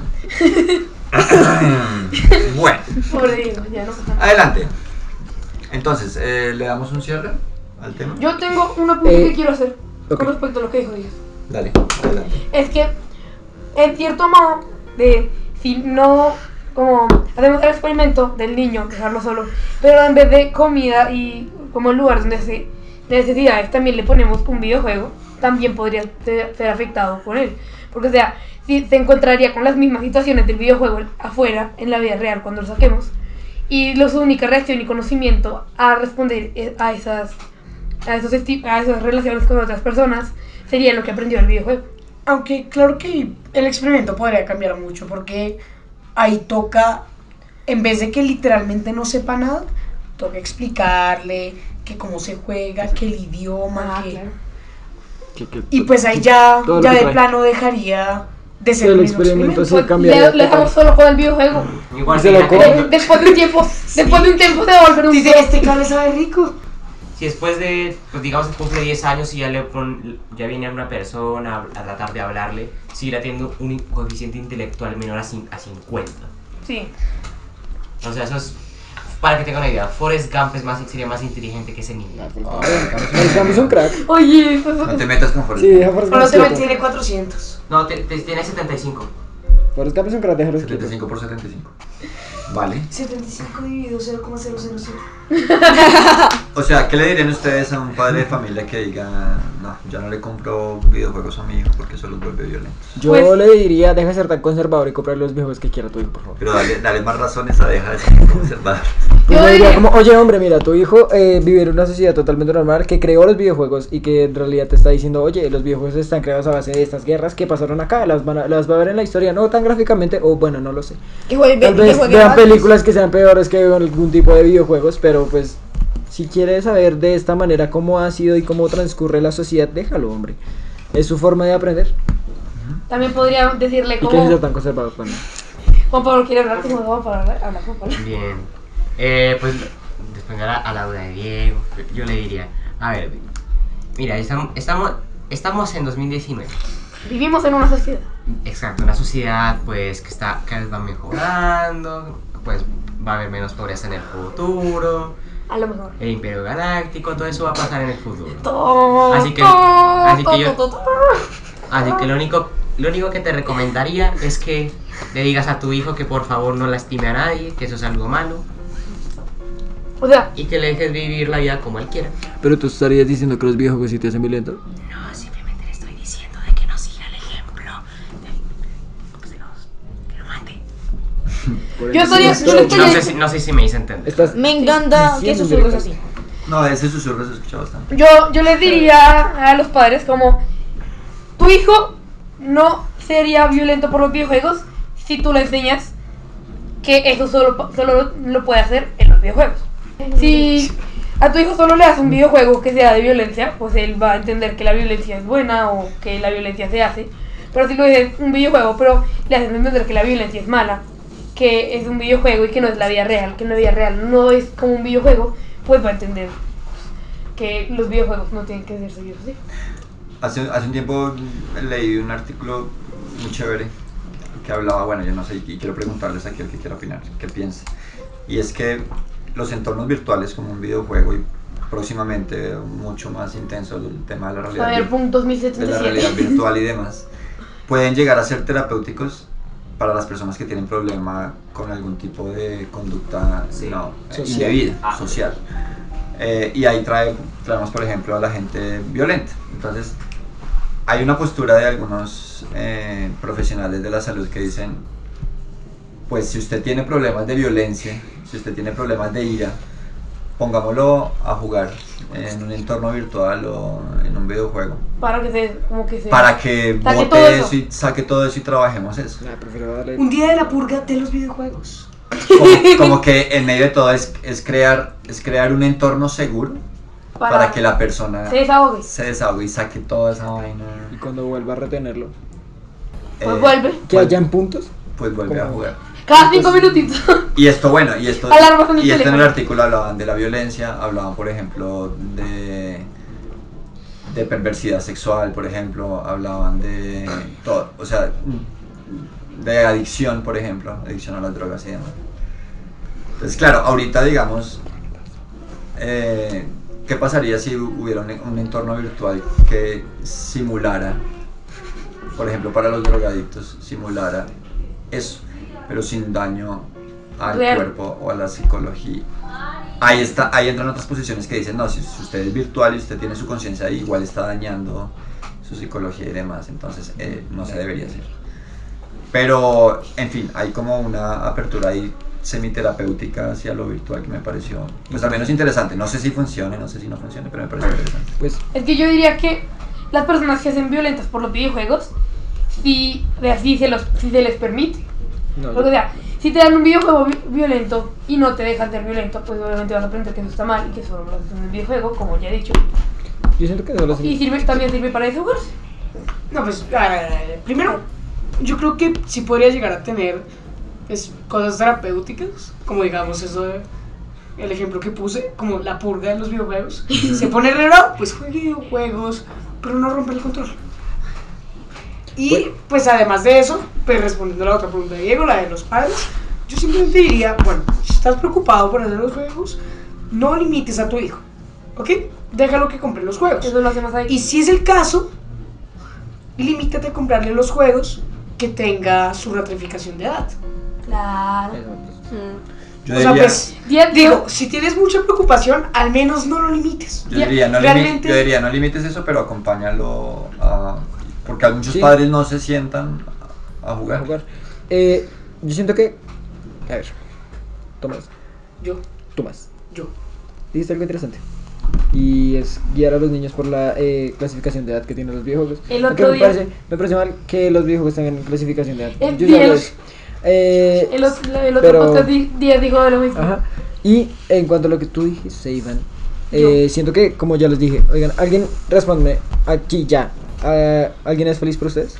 [SPEAKER 4] bueno,
[SPEAKER 2] Pobrecito, ya no sé nada.
[SPEAKER 4] adelante. Entonces, eh, ¿le damos un cierre al tema?
[SPEAKER 2] Yo tengo un apunte
[SPEAKER 5] Eh,
[SPEAKER 2] que quiero hacer
[SPEAKER 5] ok.
[SPEAKER 2] con respecto a lo que dijo Díaz.
[SPEAKER 4] Dale, adelante.
[SPEAKER 2] Es que, en cierto modo, de si no, como hacemos el experimento del niño, dejarlo solo, pero en vez de comida y como lugar donde se de necesidades también le ponemos un videojuego, también podría ser, ser afectado por él. Porque, o sea, si se encontraría con las mismas situaciones del videojuego afuera, en la vida real, cuando lo saquemos, y lo- su única reacción y conocimiento a responder e- a esas, a, esos esti- a esas relaciones con otras personas sería lo que aprendió el videojuego.
[SPEAKER 7] Aunque claro que el experimento podría cambiar mucho porque ahí toca, en vez de que literalmente no sepa nada, toca explicarle que cómo se juega, que el idioma, que...
[SPEAKER 5] Que- que-
[SPEAKER 7] Y pues ahí ya,
[SPEAKER 5] Todo lo
[SPEAKER 7] ya
[SPEAKER 5] que
[SPEAKER 7] de
[SPEAKER 5] trae.
[SPEAKER 7] plano dejaría de ser
[SPEAKER 5] El
[SPEAKER 7] el mismo
[SPEAKER 5] experimento,
[SPEAKER 7] experimento.
[SPEAKER 5] sí.
[SPEAKER 2] Pues,
[SPEAKER 5] cambiaría
[SPEAKER 2] le, le dejamos solo con el videojuego.
[SPEAKER 6] Igual
[SPEAKER 5] Y se lo
[SPEAKER 6] fíjate,
[SPEAKER 5] come.
[SPEAKER 2] De- después de un tiempo, después de un tiempo se va a volver un
[SPEAKER 7] Dice, este cable sabe rico.
[SPEAKER 6] Si después de, pues digamos que cumple 10 años y ya le pon- ya viene a una persona a tratar de hablarle, seguirá teniendo un coeficiente intelectual menor a, cin- a 50.
[SPEAKER 2] Sí.
[SPEAKER 6] O sea, eso es, para que tengan una idea, Forrest Gump es más, sería más inteligente que ese niño.
[SPEAKER 5] El cambio es un crack.
[SPEAKER 2] Oye, eso
[SPEAKER 4] No te metas con Forrest.
[SPEAKER 5] Sí, deja Forrest
[SPEAKER 7] Pero
[SPEAKER 5] Gump
[SPEAKER 7] se
[SPEAKER 5] quieto.
[SPEAKER 7] tiene 400.
[SPEAKER 6] No, te, te- tiene 75.
[SPEAKER 5] Forrest Gump es un crack, déjalo
[SPEAKER 2] Pues,
[SPEAKER 5] quieto.
[SPEAKER 4] 75 por 75. Vale.
[SPEAKER 7] 75 dividido 0,007.
[SPEAKER 4] O sea, ¿qué le dirían ustedes a un padre de familia que diga, no, yo no le compro videojuegos a mi hijo porque eso los vuelve violentos?
[SPEAKER 5] Yo
[SPEAKER 2] Pues-
[SPEAKER 5] le diría, deja de ser tan conservador y comprar los videojuegos que quiera tu hijo, por favor.
[SPEAKER 4] Pero dale, dale más razones a dejar de ser conservador.
[SPEAKER 5] Pues
[SPEAKER 2] Yo
[SPEAKER 5] le diría
[SPEAKER 2] diría-
[SPEAKER 5] como, oye hombre, mira, tu hijo eh, vive en una sociedad totalmente normal que creó los videojuegos y que en realidad te está diciendo, oye, los videojuegos están creados a base de estas guerras que pasaron acá, las, van a- las va a ver en la historia, no tan gráficamente, o bueno, no lo sé.
[SPEAKER 3] que juegue,
[SPEAKER 5] Tal
[SPEAKER 3] que
[SPEAKER 5] vez
[SPEAKER 3] juegue
[SPEAKER 5] vean
[SPEAKER 3] gratis.
[SPEAKER 5] películas que sean peores que algún tipo de videojuegos, pero pues si quieres saber de esta manera cómo ha sido y cómo transcurre la sociedad, déjalo, hombre. Es su forma de aprender.
[SPEAKER 2] También podría decirle
[SPEAKER 5] Y que no sea
[SPEAKER 2] cómo
[SPEAKER 5] tan conservador también.
[SPEAKER 2] Juan Pablo quiere hablar, como vamos a hablar, hablar con Pablo.
[SPEAKER 6] Bien. Eh, pues después a, a la duda de Diego, yo le diría, a ver, mira, estamos, estamos, estamos en 2019.
[SPEAKER 2] Vivimos en una sociedad.
[SPEAKER 6] Exacto, una sociedad pues que está cada vez va mejorando, pues va a haber menos pobreza en el futuro,
[SPEAKER 2] A lo mejor.
[SPEAKER 6] el imperio galáctico, todo eso va a pasar en el futuro.
[SPEAKER 2] To-
[SPEAKER 6] Así que-
[SPEAKER 2] to-
[SPEAKER 6] así que
[SPEAKER 2] to-
[SPEAKER 6] yo-
[SPEAKER 2] to- to- to-
[SPEAKER 6] Así que lo único, lo único que te recomendaría es que le digas a tu hijo que por favor no lastime a nadie, que eso es algo malo,
[SPEAKER 2] O sea,
[SPEAKER 6] y que le dejes vivir la vida como él quiera.
[SPEAKER 5] Pero tú estarías diciendo que los videojuegos sí te hacen violento.
[SPEAKER 6] No, simplemente le estoy diciendo de que no siga el ejemplo de los que lo mande.
[SPEAKER 2] yo estaría, yo le
[SPEAKER 6] No sé
[SPEAKER 2] estaría,
[SPEAKER 6] si, no sé si me hice entender.
[SPEAKER 5] Estás
[SPEAKER 3] Me encanta
[SPEAKER 5] Sí,
[SPEAKER 3] que
[SPEAKER 5] sí,
[SPEAKER 3] sus
[SPEAKER 5] sí,
[SPEAKER 3] juegos
[SPEAKER 5] sí.
[SPEAKER 3] así.
[SPEAKER 4] No, ese susurro se escucha bastante.
[SPEAKER 2] yo, yo les diría a los padres como, tu hijo no sería violento por los videojuegos si tú le enseñas que eso solo, pa- solo lo, lo puede hacer en los videojuegos. Si a tu hijo solo le das un videojuego que sea de violencia, pues él va a entender que la violencia es buena o que la violencia se hace. Pero si le dices un videojuego, pero le haces entender que la violencia es mala, que es un videojuego y que no es la vida real, que en la vida real no es como un videojuego, pues va a entender que los videojuegos no tienen que ser seguidos así.
[SPEAKER 4] Hace, hace un tiempo leí un artículo muy chévere que hablaba, bueno, yo no sé, y quiero preguntarles aquí el que quiera opinar, qué piensa. Y es que los entornos virtuales como un videojuego y próximamente mucho más intenso el tema de la realidad.
[SPEAKER 2] A ver, puntos
[SPEAKER 4] de la realidad
[SPEAKER 2] 1077.
[SPEAKER 4] virtual y demás, pueden llegar a ser terapéuticos para las personas que tienen problema con algún tipo de conducta
[SPEAKER 6] Sí.
[SPEAKER 4] no, eh,
[SPEAKER 5] Social.
[SPEAKER 4] indebida, social. Eh, y ahí trae, traemos, por ejemplo, a la gente violenta. Entonces, hay una postura de algunos eh, profesionales de la salud que dicen, pues si usted tiene problemas de violencia, si usted tiene problemas de ira, pongámoslo a jugar en un entorno virtual o en un videojuego
[SPEAKER 2] Para que se, como que se...
[SPEAKER 4] para que
[SPEAKER 2] Saque
[SPEAKER 4] bote
[SPEAKER 2] todo eso.
[SPEAKER 4] eso y saque todo eso y trabajemos eso.
[SPEAKER 5] Nah, prefiero darle-
[SPEAKER 7] Un día de la purga de los videojuegos.
[SPEAKER 4] Como, como que en medio de todo es, es crear, es crear un entorno seguro
[SPEAKER 2] para,
[SPEAKER 4] para que la persona
[SPEAKER 2] se desahogue.
[SPEAKER 4] se desahogue y saque toda esa vaina.
[SPEAKER 5] Y cuando vuelva a retenerlo.
[SPEAKER 2] Pues
[SPEAKER 4] eh,
[SPEAKER 2] vuelve.
[SPEAKER 5] Que haya en puntos.
[SPEAKER 4] Pues vuelve a
[SPEAKER 5] ¿Cómo?
[SPEAKER 4] jugar.
[SPEAKER 2] Cada cinco minutitos.
[SPEAKER 4] Y esto, bueno, y esto,
[SPEAKER 2] Alarma con el
[SPEAKER 4] y esto en el
[SPEAKER 2] teléfono.
[SPEAKER 4] artículo hablaban de la violencia, hablaban, por ejemplo, de, de perversidad sexual, por ejemplo, hablaban de todo, o sea, de adicción, por ejemplo, adicción a las drogas y demás. Entonces, claro, ahorita, digamos, eh, ¿qué pasaría si hubiera un, un entorno virtual que simulara, por ejemplo, para los drogadictos, simulara eso, pero sin daño al
[SPEAKER 2] Real.
[SPEAKER 4] cuerpo o a la psicología? Ahí, está, ahí entran otras posiciones que dicen, no, si, si usted es virtual y usted tiene su conciencia ahí, igual está dañando su psicología y demás, entonces eh, no se debería hacer. Pero, en fin, hay como una apertura ahí semiterapéutica hacia lo virtual que me pareció, pues al menos interesante. No sé si funcione, no sé si no funcione, pero me pareció interesante.
[SPEAKER 5] Pues
[SPEAKER 2] Es que yo diría que las personas que hacen violentas por los videojuegos, si, o sea, si se, los, si se les permite.
[SPEAKER 5] no.
[SPEAKER 2] Porque, o sea, si te dan un videojuego vi- violento y no te dejan ser violento, pues obviamente vas a aprender que eso está mal y que solo lo haces en el videojuego, como ya he dicho.
[SPEAKER 5] Yo siento que solo
[SPEAKER 2] Y
[SPEAKER 5] se...
[SPEAKER 2] sirve, también sirve para desahogarse.
[SPEAKER 7] No, pues, ah, primero, yo creo que sí podría llegar a tener pues, cosas terapéuticas, como digamos eso de- el ejemplo que puse, como la purga de los videojuegos. Se pone re bravo, pues juegue videojuegos, pero no rompe el control. Y pues además de eso, pues respondiendo a la otra pregunta de Diego, la de los padres, yo simplemente diría, bueno, si estás preocupado por hacer los juegos, no limites a tu hijo, ¿ok? Déjalo que compre los juegos.
[SPEAKER 2] Eso lo hace más ahí.
[SPEAKER 7] Y si es el caso, limítate a comprarle los juegos que tenga su ratificación de edad.
[SPEAKER 2] Claro.
[SPEAKER 5] Eso, pues.
[SPEAKER 4] Yo
[SPEAKER 7] o sea,
[SPEAKER 4] diría,
[SPEAKER 7] pues,
[SPEAKER 2] Diez-
[SPEAKER 7] digo, si tienes mucha preocupación, al menos no lo limites.
[SPEAKER 4] yo diría, no, limi-
[SPEAKER 7] realmente-
[SPEAKER 4] yo diría, no limites eso, pero acompáñalo a... Porque a muchos
[SPEAKER 5] Sí.
[SPEAKER 4] padres no se sientan a jugar.
[SPEAKER 5] jugar. Eh, yo siento que. A ver. Tomás.
[SPEAKER 7] Yo,
[SPEAKER 5] Tomás.
[SPEAKER 7] yo.
[SPEAKER 5] Dijiste algo interesante. Y es guiar a los niños por la eh, clasificación de edad que tienen los videojuegos.
[SPEAKER 2] El
[SPEAKER 5] Aunque
[SPEAKER 2] otro
[SPEAKER 5] me
[SPEAKER 2] día-
[SPEAKER 5] Parece, me parece mal que los videojuegos tengan clasificación de edad.
[SPEAKER 2] El
[SPEAKER 5] Yo ya
[SPEAKER 2] día-
[SPEAKER 5] hablé de eso. Eh,
[SPEAKER 2] El otro, el otro
[SPEAKER 5] Pero-
[SPEAKER 2] podcast di- día dijo de lo mismo.
[SPEAKER 5] Ajá. Y en cuanto a lo que tú dijiste, Iván, eh, siento que, como ya les dije, oigan, alguien responde aquí ya. Ah, ¿Alguien es feliz por ustedes?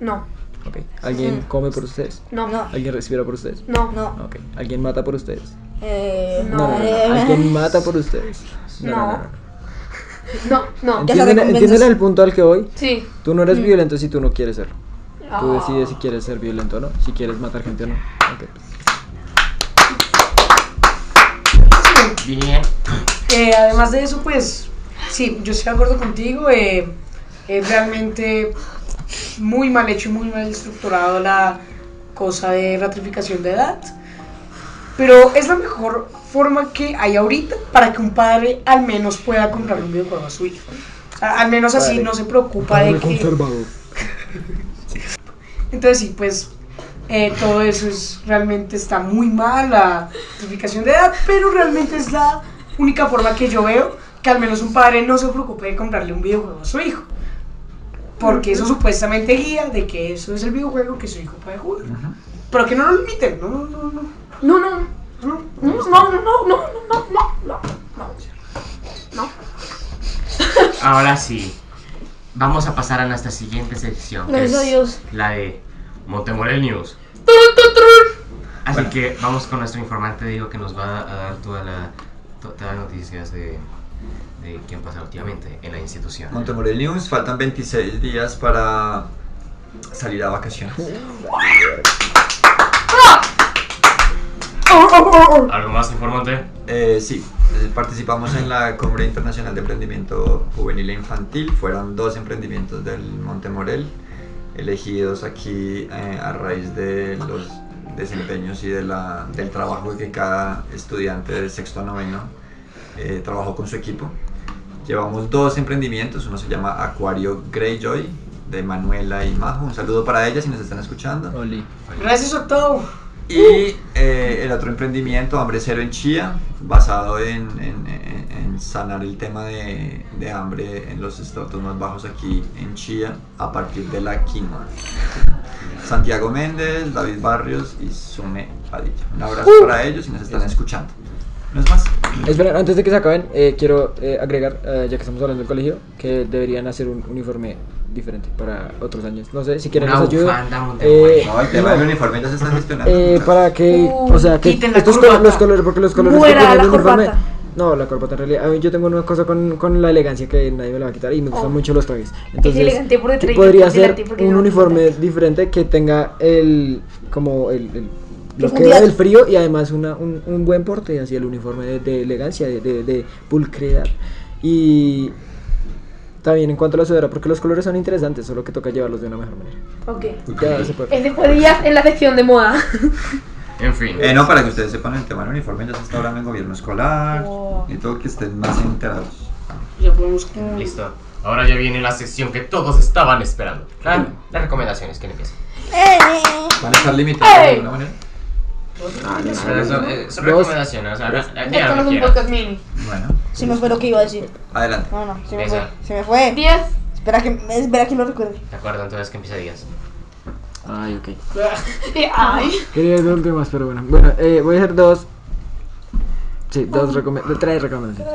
[SPEAKER 2] No,
[SPEAKER 5] Ok. ¿Alguien
[SPEAKER 3] Mm.
[SPEAKER 5] come por ustedes?
[SPEAKER 2] no, no,
[SPEAKER 3] No,
[SPEAKER 5] ¿Alguien respira por ustedes?
[SPEAKER 2] no,
[SPEAKER 3] no.
[SPEAKER 5] Ok. ¿Alguien mata por ustedes?
[SPEAKER 3] Eh,
[SPEAKER 2] No, no, no,
[SPEAKER 3] eh,
[SPEAKER 5] ¿Alguien mata por ustedes?
[SPEAKER 2] no, no,
[SPEAKER 3] Ya lo
[SPEAKER 5] ¿Entienden,
[SPEAKER 3] recompensas.
[SPEAKER 5] entienden el punto al que voy?
[SPEAKER 2] Sí.
[SPEAKER 5] Tú no eres violento si tú no quieres serlo. Tú
[SPEAKER 2] Mm. Ah.
[SPEAKER 5] decides si quieres ser violento o no, si quieres matar gente o no. Ok.
[SPEAKER 6] Bien.
[SPEAKER 7] Eh, además de eso, pues, sí, yo estoy de acuerdo contigo. eh, es realmente muy mal hecho y muy mal estructurado la cosa de ratificación de edad. Pero es la mejor forma que hay ahorita para que un padre al menos pueda comprar un videojuego a su hijo. O sea, al menos así
[SPEAKER 5] Padre.
[SPEAKER 7] no se preocupa de que...
[SPEAKER 5] conservador.
[SPEAKER 7] Entonces sí, pues eh, todo eso es realmente está muy mal la justificación de edad, pero realmente es la única forma que yo veo que al menos un padre no se preocupe de comprarle un videojuego a su hijo. Porque eso supuestamente guía de que eso es el videojuego que su hijo puede jugar.
[SPEAKER 4] Ujú.
[SPEAKER 7] Pero que no lo limiten, no, no, no, no.
[SPEAKER 2] No, no, no, no,
[SPEAKER 7] no.
[SPEAKER 2] no, no, no, no, no, no, no, no.
[SPEAKER 6] Ahora sí, vamos a pasar a nuestra siguiente sección. que
[SPEAKER 3] Gracias a
[SPEAKER 6] es
[SPEAKER 3] Dios.
[SPEAKER 6] La de Montemorel News. Así
[SPEAKER 4] Bueno.
[SPEAKER 6] que vamos con nuestro informante, digo, que nos va a dar toda la, to- todas las noticias de, de quién pasa últimamente en la institución.
[SPEAKER 4] Montemorel News, faltan 26 días para salir a vacaciones.
[SPEAKER 6] ¿Algo más informante?
[SPEAKER 4] Eh, sí, eh, participamos en la Cumbre Internacional de Emprendimiento Juvenil e Infantil. Fueron dos emprendimientos del Montemorel, elegidos aquí eh, a raíz de los desempeños y de la- del trabajo que cada estudiante de sexto a noveno eh, trabajó con su equipo. Llevamos dos emprendimientos, uno se llama Acuario Greyjoy, de Manuela y Majo. Un saludo para ellas si nos están escuchando.
[SPEAKER 5] Oli.
[SPEAKER 7] Gracias a todo.
[SPEAKER 4] Y eh, el otro emprendimiento, Hambre Cero en Chía, basado en, en- en- en sanar el tema de, de hambre en los estratos más bajos aquí en Chía a partir de la quinoa. Santiago Méndez,
[SPEAKER 5] Uh.
[SPEAKER 4] David Barrios y Sume Padilla. Un abrazo para ellos y nos están escuchando. ¿No es más?
[SPEAKER 5] Espera, antes de que se acaben, eh, quiero eh, agregar, eh, ya que estamos hablando del colegio, que deberían hacer un uniforme diferente para otros años. No sé, si quieren
[SPEAKER 6] Una
[SPEAKER 5] les ayudo.
[SPEAKER 6] bufanda, un
[SPEAKER 5] Eh,
[SPEAKER 4] No, el tema del uniforme ya se está gestionando.
[SPEAKER 5] eh, para que, o sea, que
[SPEAKER 3] quiten la
[SPEAKER 5] estos
[SPEAKER 3] corbata.
[SPEAKER 5] colo- los colores, porque los colores
[SPEAKER 2] Muera
[SPEAKER 5] que tiene el
[SPEAKER 2] la
[SPEAKER 5] uniforme.
[SPEAKER 2] corbata.
[SPEAKER 5] No, la corbata en realidad. A mí yo tengo una cosa con, con la elegancia que nadie me la va a quitar y me gustan
[SPEAKER 2] Oh.
[SPEAKER 5] mucho los trajes. Entonces,
[SPEAKER 2] elegante por detrás y
[SPEAKER 5] podría
[SPEAKER 2] por
[SPEAKER 5] ser
[SPEAKER 2] delante, porque
[SPEAKER 5] un
[SPEAKER 2] no-
[SPEAKER 5] uniforme diferente que tenga el como el, el- lo que
[SPEAKER 3] Profundidad.
[SPEAKER 5] da del frío y además una, un, un buen porte hacia el uniforme de, de elegancia, de, de, de pulcredad. Y también en cuanto a la sudadera, porque los colores son interesantes, solo que toca llevarlos de una mejor manera.
[SPEAKER 2] Ok.
[SPEAKER 5] Ya se puede.
[SPEAKER 2] Es después de días en la sección de moda.
[SPEAKER 1] En fin.
[SPEAKER 4] Eh, no, para que ustedes sepan, el tema del uniforme ya se está hablando en gobierno escolar
[SPEAKER 5] Oh.
[SPEAKER 4] y todo, que estén más enterados.
[SPEAKER 7] Ya podemos.
[SPEAKER 6] Listo. Ahora ya viene la sección que todos estaban esperando. La- las recomendaciones que le empiezan.
[SPEAKER 3] eh,
[SPEAKER 4] Van a estar limitados de
[SPEAKER 2] ¡Ey!
[SPEAKER 4] alguna manera.
[SPEAKER 6] Ahora Son, eh,
[SPEAKER 5] Dos.
[SPEAKER 6] son recomendaciones. Ahora, la- ya
[SPEAKER 2] Esto no
[SPEAKER 6] lo
[SPEAKER 2] es un
[SPEAKER 6] quiera.
[SPEAKER 2] podcast mini.
[SPEAKER 4] Bueno,
[SPEAKER 3] Se me fue lo que iba a decir.
[SPEAKER 4] adelante.
[SPEAKER 3] No, no, se me
[SPEAKER 6] Esa.
[SPEAKER 3] fue. Se me fue.
[SPEAKER 2] 10.
[SPEAKER 3] Espera que, espera que lo recuerde.
[SPEAKER 6] De acuerdo, entonces que empieza Díaz.
[SPEAKER 5] Ay, ok.
[SPEAKER 2] Ay.
[SPEAKER 5] Quería ver algo más, pero bueno. Bueno, eh, voy a hacer dos. Sí, dos recome- de- tres recomendaciones.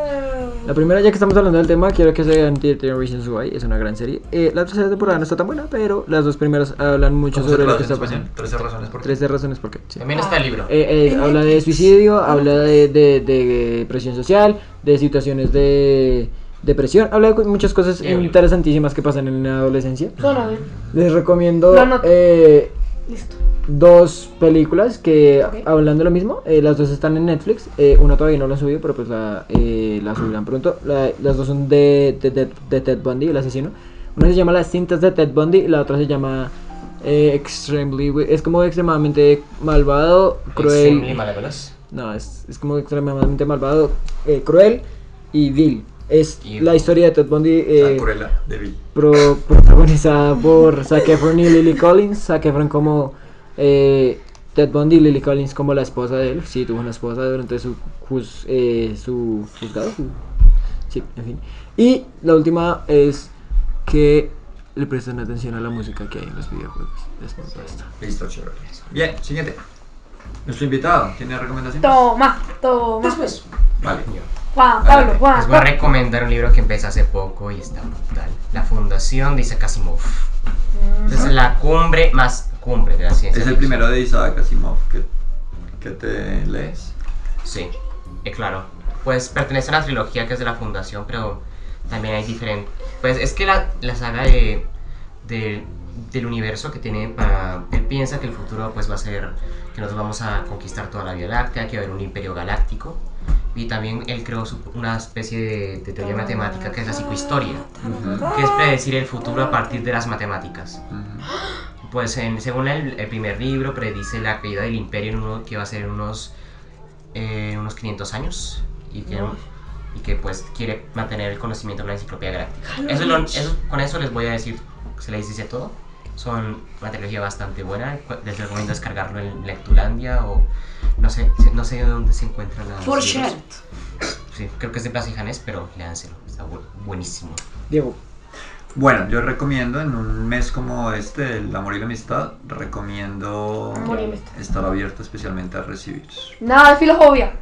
[SPEAKER 5] La primera, ya que estamos hablando del tema, quiero que se vean The Ten Reasons Why. Es una gran serie. Eh, la tercera temporada no está tan buena, pero las dos primeras hablan mucho sobre lo que está pasando.
[SPEAKER 4] 13 razones por qué.
[SPEAKER 5] 13 razones por qué. sí.
[SPEAKER 6] También está el libro.
[SPEAKER 5] Eh, eh, habla de suicidio, habla de, de- de presión social, de situaciones de depresión, habla de cu- muchas cosas
[SPEAKER 6] Qué bonito.
[SPEAKER 5] interesantísimas que pasan en la adolescencia.
[SPEAKER 2] Suena bien.
[SPEAKER 5] Les recomiendo
[SPEAKER 2] Lo anoto.
[SPEAKER 5] eh,
[SPEAKER 2] Listo.
[SPEAKER 5] dos películas que
[SPEAKER 2] Ok.
[SPEAKER 5] hablan de lo mismo. eh, las dos están en Netflix. eh, una todavía no la han subido, pero pues la, eh, la subirán pronto. La- las dos son de, de- de- de Ted Bundy, el asesino. Una se llama Las cintas de Ted Bundy y la otra se llama eh, Extremely... Wi- Es como extremadamente malvado, cruel...
[SPEAKER 6] Extremely Malevola's.
[SPEAKER 5] No, es, es como extremadamente malvado, eh, cruel y vil. Es
[SPEAKER 6] Y-
[SPEAKER 5] la historia de Ted Bundy... eh,
[SPEAKER 4] La Cruella de Vil.
[SPEAKER 5] pro- protagonizada por Zac Efron y Lily Collins. Zac Efron como eh, Ted Bundy y Lily Collins como la esposa de él. Sí, tuvo una esposa durante su, juz- eh, su juzgado. su- Sí, en fin. Y la última es que le presten atención a la música que hay en los videojuegos. Es muy basta.
[SPEAKER 4] Listo, chévere. Bien, siguiente. Nuestro invitado, ¿tiene recomendaciones?
[SPEAKER 2] Toma, toma.
[SPEAKER 7] Después.
[SPEAKER 4] Vale.
[SPEAKER 2] Juan, Pablo,
[SPEAKER 4] Adelante.
[SPEAKER 2] Juan.
[SPEAKER 6] Les voy a
[SPEAKER 2] Juan.
[SPEAKER 6] recomendar un libro que empecé hace poco y está brutal. La Fundación de Isaac Asimov. Es la cumbre más cumbre de la ciencia.
[SPEAKER 4] Mm. Es el
[SPEAKER 6] ficción.
[SPEAKER 4] primero de Isaac Asimov que, que te lees.
[SPEAKER 6] Sí, eh, claro. Pues pertenece a la trilogía que es de la Fundación, pero también hay diferentes. Pues es que la, la saga de, de- del universo que tiene para. Él piensa que el futuro pues va a ser que nos vamos a conquistar toda la Vía Láctea, que va a haber un imperio galáctico. Y también él creó su- una especie de, de teoría matemática que es la psicohistoria,
[SPEAKER 4] Ujú.
[SPEAKER 6] que es predecir el futuro a partir de las matemáticas.
[SPEAKER 4] Ujú.
[SPEAKER 6] Pues en- según el, el primer libro predice la caída del imperio en uno, que va a ser en unos, eh, unos 500 años y que, y que pues quiere mantener el conocimiento en la enciclopedia galáctica. Eso es lo- eso- con eso les voy a decir, se les dice todo. Son una trilogía bastante buena, cu- les recomiendo descargarlo en Lectulandia o no sé, se- no sé dónde se encuentra la...
[SPEAKER 7] Por
[SPEAKER 6] Sí, creo que es de Plaza y Janés, pero léanselo, está bu- buenísimo.
[SPEAKER 5] Diego,
[SPEAKER 4] Bueno, yo recomiendo en un mes como este, el amor y la amistad, recomiendo
[SPEAKER 2] Amor y amistad.
[SPEAKER 4] estar abierto especialmente a recibir.
[SPEAKER 2] Nada de filofobia.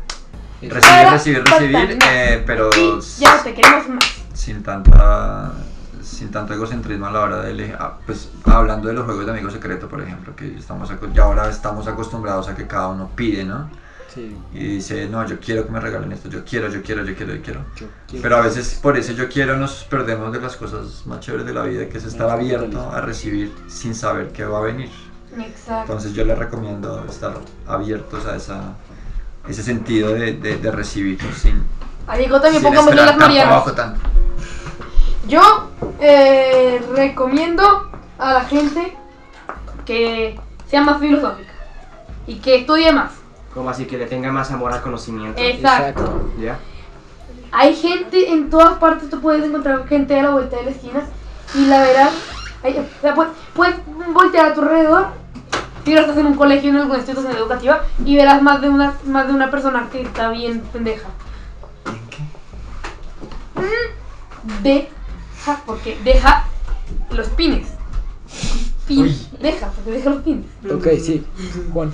[SPEAKER 4] Recibir, recibir, recibir,
[SPEAKER 2] Falta nada.
[SPEAKER 4] eh, pero
[SPEAKER 2] Sí, ya no te queremos más.
[SPEAKER 4] sin tanta sin tanto egocentrismo a la hora de elegir, ah, pues hablando de los juegos de amigos secreto, por ejemplo, que estamos aco- ya ahora estamos acostumbrados a que cada uno pide, ¿no?
[SPEAKER 5] sí,
[SPEAKER 4] Y dice, "No, yo quiero que me regalen esto, yo quiero, yo quiero, yo quiero, yo quiero."
[SPEAKER 5] yo quiero-
[SPEAKER 4] Pero a veces por ese yo quiero nos perdemos de las cosas más chéveres de la vida, que es estar abierto a recibir sin saber qué va a venir.
[SPEAKER 2] Exacto.
[SPEAKER 4] Entonces yo les recomiendo estar abiertos a esa ese sentido de, de, de recibir sin,
[SPEAKER 2] A Diego también
[SPEAKER 4] sin
[SPEAKER 2] pongamos
[SPEAKER 4] esperar
[SPEAKER 2] las
[SPEAKER 4] tampoco
[SPEAKER 2] Marianas.
[SPEAKER 4] tanto.
[SPEAKER 2] Yo eh, recomiendo a la gente que sea más filosófica y que estudie más.
[SPEAKER 8] Como así que le tenga más amor al conocimiento.
[SPEAKER 2] Exacto.
[SPEAKER 8] ¿Ya?
[SPEAKER 2] Hay gente en todas partes, tú puedes encontrar gente a la vuelta de la esquina y la verás. Hay- o sea, puedes, puedes voltear a tu alrededor, si no estás en un colegio, en alguna institución educativa, y verás más de una, más de una persona que está bien pendeja. Mm, Deja, porque deja los pines. Pin, deja, porque deja los pines.
[SPEAKER 5] Ok, sí, Juan.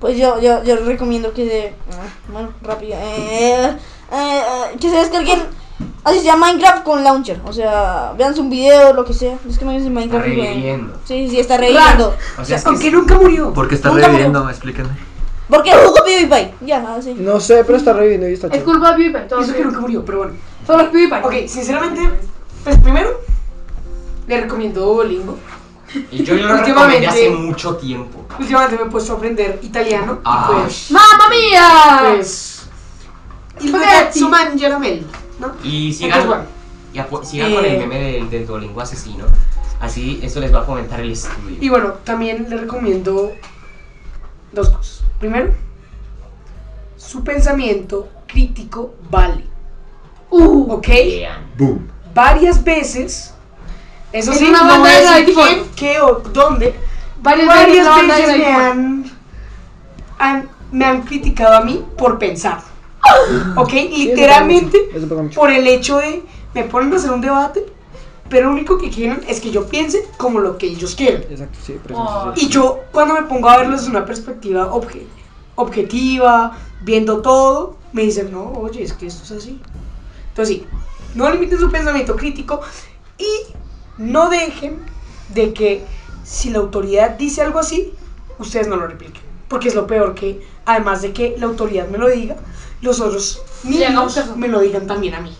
[SPEAKER 3] Pues yo, yo, yo recomiendo que se. ah, Bueno, rápido. eh, eh, eh, que se descarguen. Así sea Minecraft con launcher. O sea, véanse un video, lo que sea. Es que Minecraft Minecraft. y jueguen.
[SPEAKER 6] reviviendo.
[SPEAKER 3] Sí, sí, está reviviendo.
[SPEAKER 6] O sea, es que
[SPEAKER 7] Aunque nunca murió.
[SPEAKER 4] ¿Por qué está
[SPEAKER 3] Nunca me-
[SPEAKER 4] reviviendo? Explíquenme.
[SPEAKER 3] Porque jugó PewDiePie. Ya, así.
[SPEAKER 9] No sé, pero está reviviendo y está
[SPEAKER 2] Es
[SPEAKER 9] chido.
[SPEAKER 2] culpa de PewDiePie, todo
[SPEAKER 7] Y eso que
[SPEAKER 2] bien.
[SPEAKER 7] nunca murió, pero bueno.
[SPEAKER 2] Solo es PewDiePie.
[SPEAKER 7] Ok, sinceramente, pues primero, le recomiendo Duolingo.
[SPEAKER 6] y yo lo
[SPEAKER 7] Últimamente-
[SPEAKER 6] recomendé hace mucho tiempo.
[SPEAKER 7] Últimamente me he puesto a aprender italiano y
[SPEAKER 6] Ah.
[SPEAKER 7] pues.
[SPEAKER 2] ¡Mamma mía!
[SPEAKER 7] Pues. Il ragazzo mangia la mel, ¿no?
[SPEAKER 6] Y
[SPEAKER 7] Entonces,
[SPEAKER 6] sigan,
[SPEAKER 7] bueno,
[SPEAKER 6] y apo- sigan con el
[SPEAKER 3] Eh.
[SPEAKER 6] meme del, del Duolingo asesino. Así, eso les va a fomentar el estudio.
[SPEAKER 7] y bueno, también le recomiendo dos cosas. Primero, su pensamiento crítico vale.
[SPEAKER 2] Uh,
[SPEAKER 7] ¿Ok?
[SPEAKER 6] Vean.
[SPEAKER 4] Boom.
[SPEAKER 7] Varias veces. Eso
[SPEAKER 2] En
[SPEAKER 7] sí,
[SPEAKER 2] una
[SPEAKER 7] no
[SPEAKER 2] banda
[SPEAKER 7] voy a
[SPEAKER 2] de
[SPEAKER 7] decir
[SPEAKER 2] Nightfall.
[SPEAKER 7] quién, qué o dónde.
[SPEAKER 2] varias, veces la
[SPEAKER 7] Varias
[SPEAKER 2] banda de
[SPEAKER 7] veces me
[SPEAKER 2] Nightfall.
[SPEAKER 7] han, han- me han criticado a mí por pensar. ¿Ok? Literalmente
[SPEAKER 9] Eso pasa mucho.
[SPEAKER 7] por el hecho de me ponen a hacer un debate, pero lo único que quieren es que yo piense como lo que ellos quieren.
[SPEAKER 9] Exacto, sí, pero
[SPEAKER 2] Oh.
[SPEAKER 7] Y yo cuando me pongo a verlo desde una perspectiva obje- objetiva, viendo todo, me dicen, no, oye, es que esto es así. Entonces sí, no limiten su pensamiento crítico y no dejen de que si la autoridad dice algo así, ustedes no lo repliquen. Porque es lo peor que, además de que la autoridad me lo diga, los otros
[SPEAKER 2] Le hagamos
[SPEAKER 7] niños
[SPEAKER 2] caso.
[SPEAKER 7] me lo digan también a mí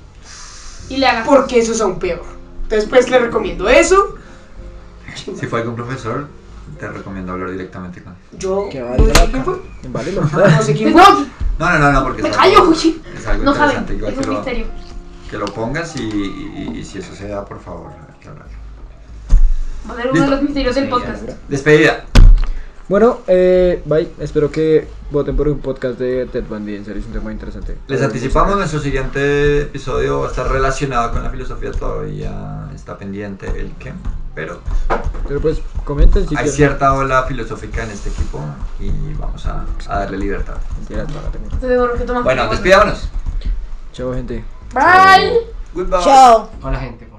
[SPEAKER 2] Y le hagas.
[SPEAKER 7] porque eso es aún peor. Entonces, pues le recomiendo eso.
[SPEAKER 4] Si fue algún profesor, te recomiendo hablar directamente con él.
[SPEAKER 7] Yo
[SPEAKER 9] Que
[SPEAKER 7] no
[SPEAKER 9] valga
[SPEAKER 7] sé
[SPEAKER 9] la
[SPEAKER 7] quién fue.
[SPEAKER 9] Vale, lo
[SPEAKER 7] No sé quién fue.
[SPEAKER 4] No, no, no, no, porque
[SPEAKER 2] Me
[SPEAKER 4] es
[SPEAKER 2] callo,
[SPEAKER 4] algo,
[SPEAKER 2] Fuchi.
[SPEAKER 4] es algo
[SPEAKER 2] No saben,
[SPEAKER 4] interesante.
[SPEAKER 2] es
[SPEAKER 4] Igual que
[SPEAKER 2] un
[SPEAKER 4] lo,
[SPEAKER 2] misterio.
[SPEAKER 4] que lo pongas y, y- y si eso se da, por favor, hay que hablar.
[SPEAKER 2] Va a ser uno de los misterios del
[SPEAKER 6] Listo.
[SPEAKER 2] podcast.
[SPEAKER 4] Despedida.
[SPEAKER 5] Bueno, eh, bye. Espero que voten por un podcast de Ted Bundy. En serio, es un tema interesante.
[SPEAKER 4] Les anticipamos, nuestro siguiente episodio va a estar relacionado con la filosofía, todavía está pendiente el qué, pero
[SPEAKER 5] Pero pues, comenten si
[SPEAKER 4] hay
[SPEAKER 5] quieren.
[SPEAKER 4] cierta ola filosófica en este equipo y vamos a, a darle libertad.
[SPEAKER 5] Mentira, no, no tengo.
[SPEAKER 2] Seguro que tomas
[SPEAKER 4] Bueno,
[SPEAKER 2] agua.
[SPEAKER 4] despidámonos.
[SPEAKER 5] Chao, gente.
[SPEAKER 2] Bye.
[SPEAKER 4] Goodbye.
[SPEAKER 3] Chao.
[SPEAKER 6] Hola, gente.